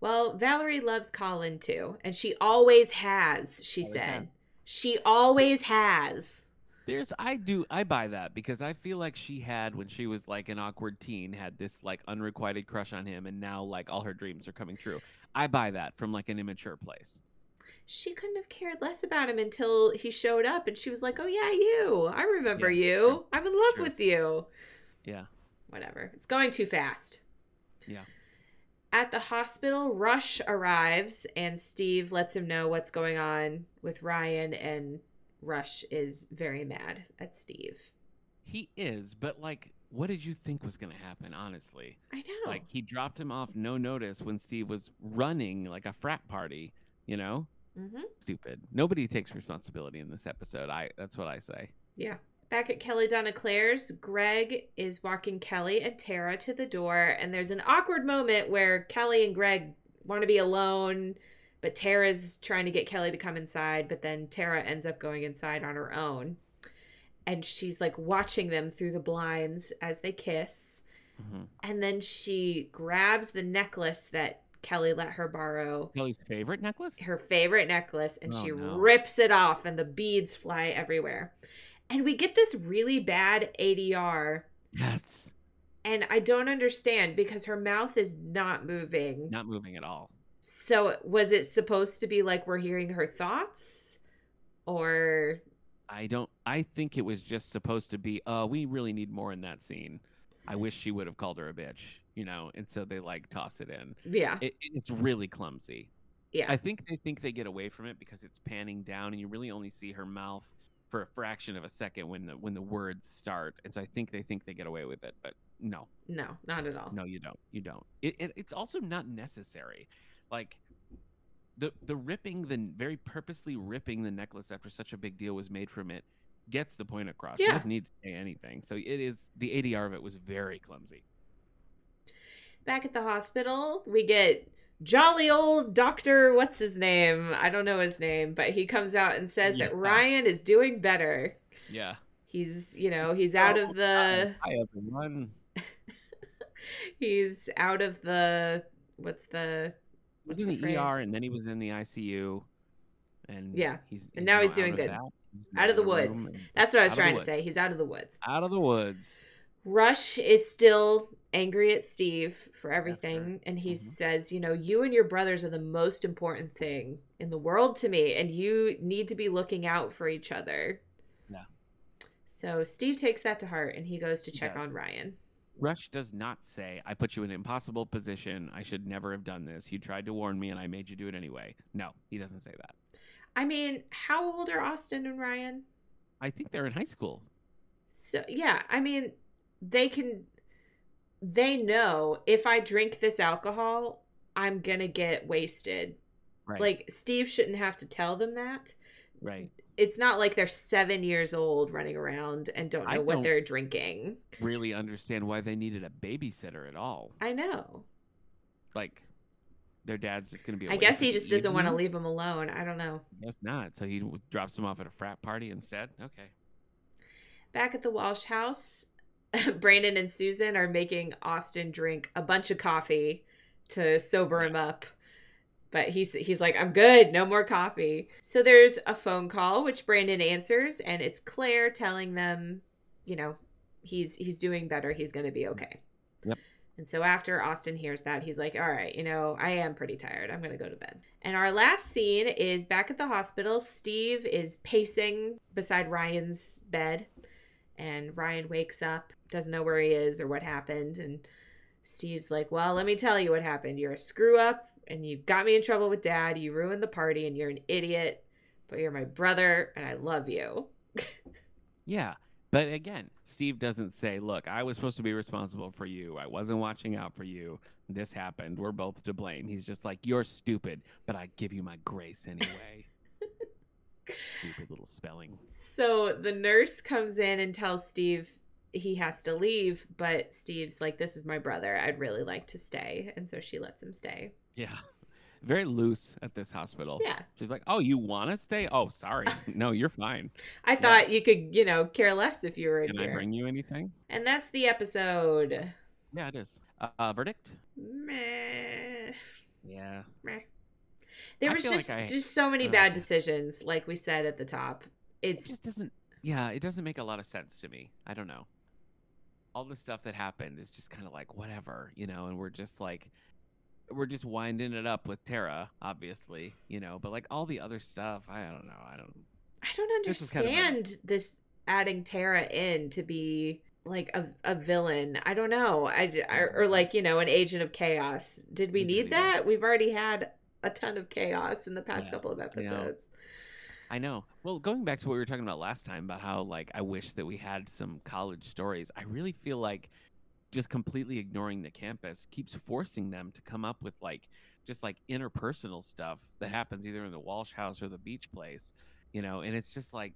[SPEAKER 2] Well, Valerie loves Colin too, and she always has, she
[SPEAKER 1] Always
[SPEAKER 2] said.
[SPEAKER 1] has.
[SPEAKER 2] She always has.
[SPEAKER 1] There's I do I buy that because I feel like she had when she was like an awkward teen had this like unrequited crush on him and now like all her dreams are coming true. I buy that from like an immature place.
[SPEAKER 2] She couldn't have cared less about him until he showed up and she was like, Oh, yeah, you. I remember you.
[SPEAKER 1] true.
[SPEAKER 2] I'm in love
[SPEAKER 1] True.
[SPEAKER 2] with you.
[SPEAKER 1] Yeah.
[SPEAKER 2] Whatever. It's going too fast.
[SPEAKER 1] Yeah.
[SPEAKER 2] At the hospital, Rush arrives and Steve lets him know what's going on with Ryan, and Rush is very mad at Steve.
[SPEAKER 1] He is, but like what did you think was going to happen honestly?
[SPEAKER 2] I know.
[SPEAKER 1] Like he dropped him off no notice when Steve was running like a frat party, you know?
[SPEAKER 2] mm-hmm.
[SPEAKER 1] Stupid. Nobody takes responsibility in this episode. I that's what I say.
[SPEAKER 2] Yeah. Back at Kelly Donna Claire's, Greg is walking Kelly and Tara to the door, and there's an awkward moment where Kelly and Greg want to be alone, but Tara's trying to get Kelly to come inside, but then Tara ends up going inside on her own. And she's like watching them through the blinds as they kiss.
[SPEAKER 1] hmm
[SPEAKER 2] And then she grabs the necklace that Kelly let her borrow,
[SPEAKER 1] Kelly's favorite necklace?
[SPEAKER 2] her favorite necklace and
[SPEAKER 1] Oh,
[SPEAKER 2] she
[SPEAKER 1] no.
[SPEAKER 2] rips it off and the beads fly everywhere. And we get this really bad ADR
[SPEAKER 1] Yes.
[SPEAKER 2] and I don't understand because her mouth is not moving.
[SPEAKER 1] Not moving at all.
[SPEAKER 2] So was it supposed to be like we're hearing her thoughts or
[SPEAKER 1] I don't. I think it was just supposed to be. Uh, we really need more in that scene. I wish she would have called her a bitch, you know. And so they like toss it in.
[SPEAKER 2] yeah,
[SPEAKER 1] It, it's really clumsy.
[SPEAKER 2] yeah.
[SPEAKER 1] I think they think they get away from it because it's panning down, and you really only see her mouth for a fraction of a second when the when the words start. And so I think they think they get away with it, but no,
[SPEAKER 2] no, not at all.
[SPEAKER 1] no, you don't. You don't. It, it, it's also not necessary. Like the the ripping the very purposely ripping the necklace after such a big deal was made from it gets the point across. She
[SPEAKER 2] Yeah.
[SPEAKER 1] doesn't need to say anything. So it is the ADR of it was very clumsy.
[SPEAKER 2] Back at the hospital, we get jolly old doctor what's his name? I don't know his name, but he comes out and says that
[SPEAKER 1] Yeah.
[SPEAKER 2] Ryan is doing better.
[SPEAKER 1] Yeah.
[SPEAKER 2] He's, you know, he's out
[SPEAKER 1] Oh,
[SPEAKER 2] of the
[SPEAKER 1] I have one
[SPEAKER 2] he's out of the what's the
[SPEAKER 1] was
[SPEAKER 2] what's
[SPEAKER 1] in the,
[SPEAKER 2] phrase?
[SPEAKER 1] ER and then he was in the ICU and
[SPEAKER 2] Yeah.
[SPEAKER 1] he's,
[SPEAKER 2] And now he's
[SPEAKER 1] out
[SPEAKER 2] doing
[SPEAKER 1] of
[SPEAKER 2] good.
[SPEAKER 1] that. He's in
[SPEAKER 2] Out of the
[SPEAKER 1] room
[SPEAKER 2] woods.
[SPEAKER 1] and
[SPEAKER 2] that's what I
[SPEAKER 1] out
[SPEAKER 2] was
[SPEAKER 1] of the
[SPEAKER 2] trying to
[SPEAKER 1] woods.
[SPEAKER 2] say. He's out of the woods.
[SPEAKER 1] Out of the woods.
[SPEAKER 2] Rush is still angry at Steve for everything and he
[SPEAKER 1] Mhm.
[SPEAKER 2] says, you know, you and your brothers are the most important thing in the world to me and you need to be looking out for each other.
[SPEAKER 1] Yeah.
[SPEAKER 2] So Steve takes that to heart and he goes to
[SPEAKER 1] He
[SPEAKER 2] check
[SPEAKER 1] does.
[SPEAKER 2] on Ryan.
[SPEAKER 1] Rush does not say, I put you in an impossible position. I should never have done this. You tried to warn me and I made you do it anyway. No, he doesn't say that.
[SPEAKER 2] I mean, how old are Austin and Ryan?
[SPEAKER 1] I think they're in high school.
[SPEAKER 2] So yeah, I mean, they can they know if I drink this alcohol, I'm going to get wasted.
[SPEAKER 1] Right.
[SPEAKER 2] Like Steve shouldn't have to tell them that.
[SPEAKER 1] right.
[SPEAKER 2] It's not like they're 7 years old running around and don't know
[SPEAKER 1] I
[SPEAKER 2] what
[SPEAKER 1] don't-
[SPEAKER 2] they're drinking.
[SPEAKER 1] Really understand why they needed a babysitter at all.
[SPEAKER 2] I know.
[SPEAKER 1] Like, their dad's just going to be.
[SPEAKER 2] I
[SPEAKER 1] away
[SPEAKER 2] guess
[SPEAKER 1] for
[SPEAKER 2] he
[SPEAKER 1] the
[SPEAKER 2] just doesn't want to
[SPEAKER 1] evening?
[SPEAKER 2] leave them alone. I don't know.
[SPEAKER 1] Guess not. So he w- drops him off at a frat party instead. Okay.
[SPEAKER 2] Back at the Walsh house, Brandon and Susan are making Austin drink a bunch of coffee to sober him up. But he's he's like, I'm good, no more coffee. So there's a phone call which Brandon answers, and it's Claire telling them, you know, he's he's doing better, he's gonna be okay.
[SPEAKER 1] Yep.
[SPEAKER 2] And so after Austin hears that, he's like, all right, you know, I am pretty tired. I'm going to go to bed. And our last scene is back at the hospital. Steve is pacing beside Ryan's bed, and Ryan wakes up, doesn't know where he is or what happened. And Steve's like, well, let me tell you what happened. You're a screw up, and you got me in trouble with dad. You ruined the party, and you're an idiot, but you're my brother, and I love you.
[SPEAKER 1] Yeah. But again, Steve doesn't say, look, I was supposed to be responsible for you. I wasn't watching out for you. This happened. We're both to blame. He's just like, you're stupid, but I give you my grace anyway. stupid little spelling.
[SPEAKER 2] So the nurse comes in and tells Steve he has to leave, but Steve's like, This is my brother. I'd really like to stay. And so she lets him stay.
[SPEAKER 1] Yeah. Very loose at this hospital.
[SPEAKER 2] Yeah.
[SPEAKER 1] She's like, oh, you want to stay? Oh, sorry. No, you're fine.
[SPEAKER 2] I thought you could, you know, care less if you were in
[SPEAKER 1] Can I
[SPEAKER 2] here.
[SPEAKER 1] bring you anything?
[SPEAKER 2] and that's the episode.
[SPEAKER 1] Yeah, it is. Uh, uh, verdict?
[SPEAKER 2] Meh.
[SPEAKER 1] Yeah.
[SPEAKER 2] Meh. There
[SPEAKER 1] I
[SPEAKER 2] was
[SPEAKER 1] feel like
[SPEAKER 2] just
[SPEAKER 1] I-
[SPEAKER 2] just so many
[SPEAKER 1] uh,
[SPEAKER 2] bad decisions, like we said at the top.
[SPEAKER 1] It
[SPEAKER 2] It's
[SPEAKER 1] just doesn't. Yeah, it doesn't make a lot of sense to me. I don't know. All the stuff that happened is just kind of like whatever, you know. And we're just like, we're just winding it up with Tara, obviously, you know. But like all the other stuff, I don't know. I don't.
[SPEAKER 2] I don't
[SPEAKER 1] This is kind of a-
[SPEAKER 2] understand this adding Tara in to be like a, a villain. I don't know. I, d- I- or like, you know, an agent of chaos. Did we
[SPEAKER 1] We
[SPEAKER 2] need
[SPEAKER 1] didn't either.
[SPEAKER 2] that? We've already had a ton of chaos in the past
[SPEAKER 1] Yeah.
[SPEAKER 2] couple of episodes.
[SPEAKER 1] I know. Well, going back to what we were talking about last time about how like I wish that we had some college stories. I really feel like just completely ignoring the campus keeps forcing them to come up with like just like interpersonal stuff that happens either in the Walsh house or the beach place, you know, and it's just like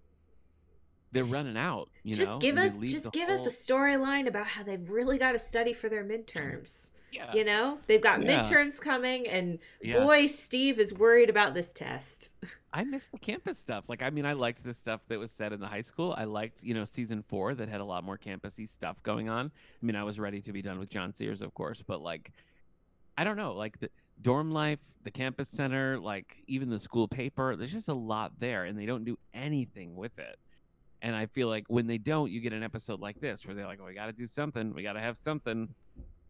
[SPEAKER 1] they're running out, you
[SPEAKER 2] just
[SPEAKER 1] know.
[SPEAKER 2] give
[SPEAKER 1] and they
[SPEAKER 2] us
[SPEAKER 1] leave
[SPEAKER 2] just
[SPEAKER 1] the
[SPEAKER 2] give us
[SPEAKER 1] whole-
[SPEAKER 2] a storyline about how they've really got to study for their midterms.
[SPEAKER 1] yeah,
[SPEAKER 2] You know, they've got
[SPEAKER 1] Yeah.
[SPEAKER 2] midterms coming and
[SPEAKER 1] yeah.
[SPEAKER 2] boy Steve is worried about this test.
[SPEAKER 1] I miss the campus stuff. Like, I mean, I liked the stuff that was said in the high school. I liked, you know, season four that had a lot more campusy stuff going on. I mean, I was ready to be done with John Sears, of course, but like, I don't know, like the dorm life, the campus center, like even the school paper. There's just a lot there, and they don't do anything with it. And I feel like when they don't, you get an episode like this where they're like, oh, "We got to do something. We got to have something,"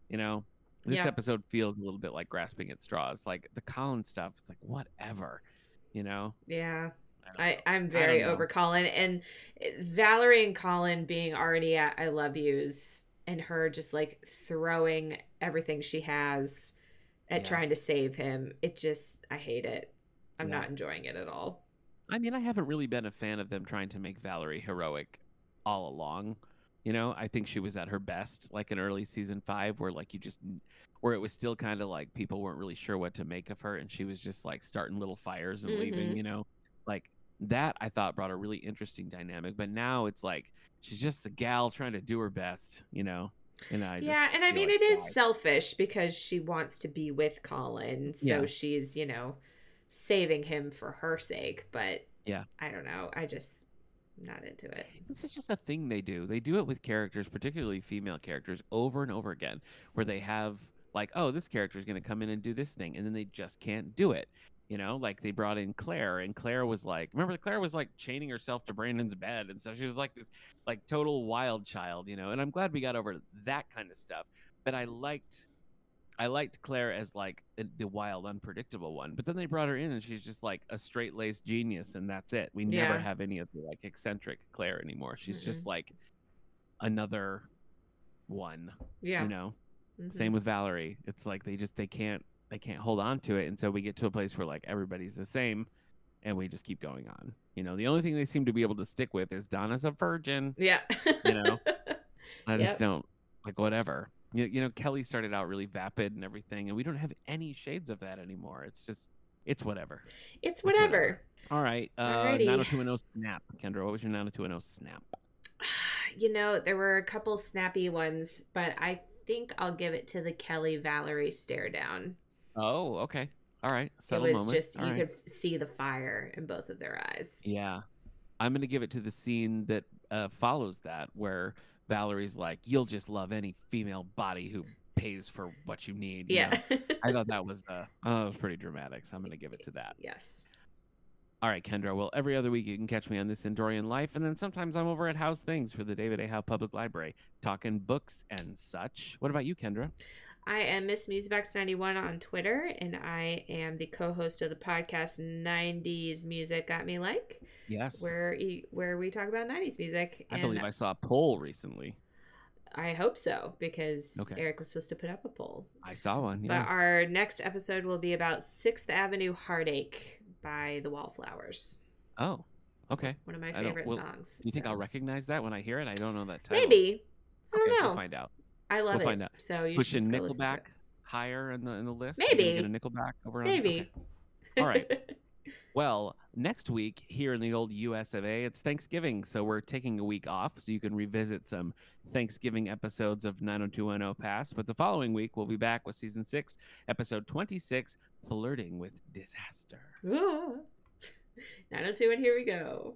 [SPEAKER 1] you know. This
[SPEAKER 2] Yeah.
[SPEAKER 1] episode feels a little bit like grasping at straws. Like the Colin stuff, it's like whatever, you know.
[SPEAKER 2] Yeah.
[SPEAKER 1] don't
[SPEAKER 2] I,
[SPEAKER 1] know.
[SPEAKER 2] I'm very
[SPEAKER 1] don't know.
[SPEAKER 2] over Colin and Valerie and Colin being already at I love yous and her just like throwing everything she has at
[SPEAKER 1] Yeah.
[SPEAKER 2] trying to save him. It just I hate it. I'm
[SPEAKER 1] Yeah.
[SPEAKER 2] not enjoying it at all.
[SPEAKER 1] I mean, I haven't really been a fan of them trying to make Valerie heroic all along. You know, I think she was at her best, like in early season five, where like you just, where it was still kind of like people weren't really sure what to make of her, and she was just like starting little fires and leaving.
[SPEAKER 2] Mhm.
[SPEAKER 1] You know, like that I thought brought a really interesting dynamic. But now it's like she's just a gal trying to do her best. You know, and I
[SPEAKER 2] yeah,
[SPEAKER 1] just
[SPEAKER 2] and I
[SPEAKER 1] feel
[SPEAKER 2] mean
[SPEAKER 1] like,
[SPEAKER 2] it is
[SPEAKER 1] why?
[SPEAKER 2] selfish because she wants to be with Colin, so
[SPEAKER 1] Yeah.
[SPEAKER 2] she's, you know, saving him for her sake, but
[SPEAKER 1] Yeah.
[SPEAKER 2] I don't know. I just I'm not into it.
[SPEAKER 1] this is just a thing they do. They do it with characters, particularly female characters, over and over again, where they have like, oh, this character is going to come in and do this thing, and then they just can't do it. You know, like they brought in Claire, and Claire was like, remember, Claire was like chaining herself to Brandon's bed, and so she was like this, like total wild child, you know. And I'm glad we got over that kind of stuff. But I liked, I liked Claire as like the- the wild, unpredictable one. But then they brought her in, and she's just like a straight laced genius, and that's it. We never
[SPEAKER 2] Yeah.
[SPEAKER 1] have any of the like eccentric Claire anymore. She's
[SPEAKER 2] Mm-hmm.
[SPEAKER 1] just like another one,
[SPEAKER 2] Yeah.
[SPEAKER 1] you know.
[SPEAKER 2] Mhm.
[SPEAKER 1] Same with Valerie. It's like they just they can't they can't hold on to it, and so we get to a place where like everybody's the same, and we just keep going on. You know, the only thing they seem to be able to stick with is Donna's a virgin.
[SPEAKER 2] Yeah.
[SPEAKER 1] You know? I
[SPEAKER 2] Yep.
[SPEAKER 1] just don't like whatever. You, you know, Kelly started out really vapid and everything, and we don't have any shades of that anymore. It's just it's whatever.
[SPEAKER 2] It's
[SPEAKER 1] whatever.
[SPEAKER 2] whatever.
[SPEAKER 1] All right, uh,
[SPEAKER 2] Alrighty.
[SPEAKER 1] 90210 snap, Kendra. What was your 90210 snap?
[SPEAKER 2] You know, there were a couple snappy ones, but I think I'll give it to the Kelly Valerie stare down.
[SPEAKER 1] Oh, okay. All right, subtle
[SPEAKER 2] it was
[SPEAKER 1] moment.
[SPEAKER 2] just
[SPEAKER 1] All
[SPEAKER 2] you
[SPEAKER 1] right.
[SPEAKER 2] could see the fire in both of their eyes.
[SPEAKER 1] Yeah. I'm going to give it to the scene that uh, follows that, where Valerie's like, you'll just love any female body who pays for what you need. you
[SPEAKER 2] Yeah.
[SPEAKER 1] know? I thought that was, uh, oh, it was pretty dramatic. So I'm going to give it to that.
[SPEAKER 2] yes.
[SPEAKER 1] All right, Kendra. Well, every other week you can catch me on This Endorian Life, and then sometimes I'm over at House Things for the David A. Howe Public Library, talking books and such. What about you, Kendra?
[SPEAKER 2] I am Miss Musebox91 on Twitter, and I am the co-host of the podcast "90s Music Got Me Like,"
[SPEAKER 1] Yes.
[SPEAKER 2] where e- where we talk about '90s music.
[SPEAKER 1] I believe I saw a poll recently.
[SPEAKER 2] I hope so because
[SPEAKER 1] Okay.
[SPEAKER 2] Eric was supposed to put up a poll.
[SPEAKER 1] I saw one.
[SPEAKER 2] But
[SPEAKER 1] Yeah.
[SPEAKER 2] our next episode will be about Sixth Avenue Heartache by the Wallflowers,
[SPEAKER 1] oh, okay.
[SPEAKER 2] one of my
[SPEAKER 1] I don't-
[SPEAKER 2] favorite
[SPEAKER 1] well,
[SPEAKER 2] songs.
[SPEAKER 1] You think
[SPEAKER 2] so-
[SPEAKER 1] I'll recognize that when I hear it? I don't know that title.
[SPEAKER 2] Maybe. I don't
[SPEAKER 1] Okay,
[SPEAKER 2] know.
[SPEAKER 1] We'll find out.
[SPEAKER 2] I love
[SPEAKER 1] We'll
[SPEAKER 2] it.
[SPEAKER 1] find out.
[SPEAKER 2] So you should
[SPEAKER 1] Pushing
[SPEAKER 2] just go listen to
[SPEAKER 1] Nickelback
[SPEAKER 2] it.
[SPEAKER 1] higher in the in the list. We're gonna
[SPEAKER 2] Maybe.
[SPEAKER 1] get a Nickelback over. on-
[SPEAKER 2] Maybe.
[SPEAKER 1] okay. All right. Well, next week here in the old US of A, it's Thanksgiving, so we're taking a week off so you can revisit some Thanksgiving episodes of 90210 Pass. But the following week, we'll be back with season six, episode 26, Flirting with Disaster.
[SPEAKER 2] Ah. 902 and here we go.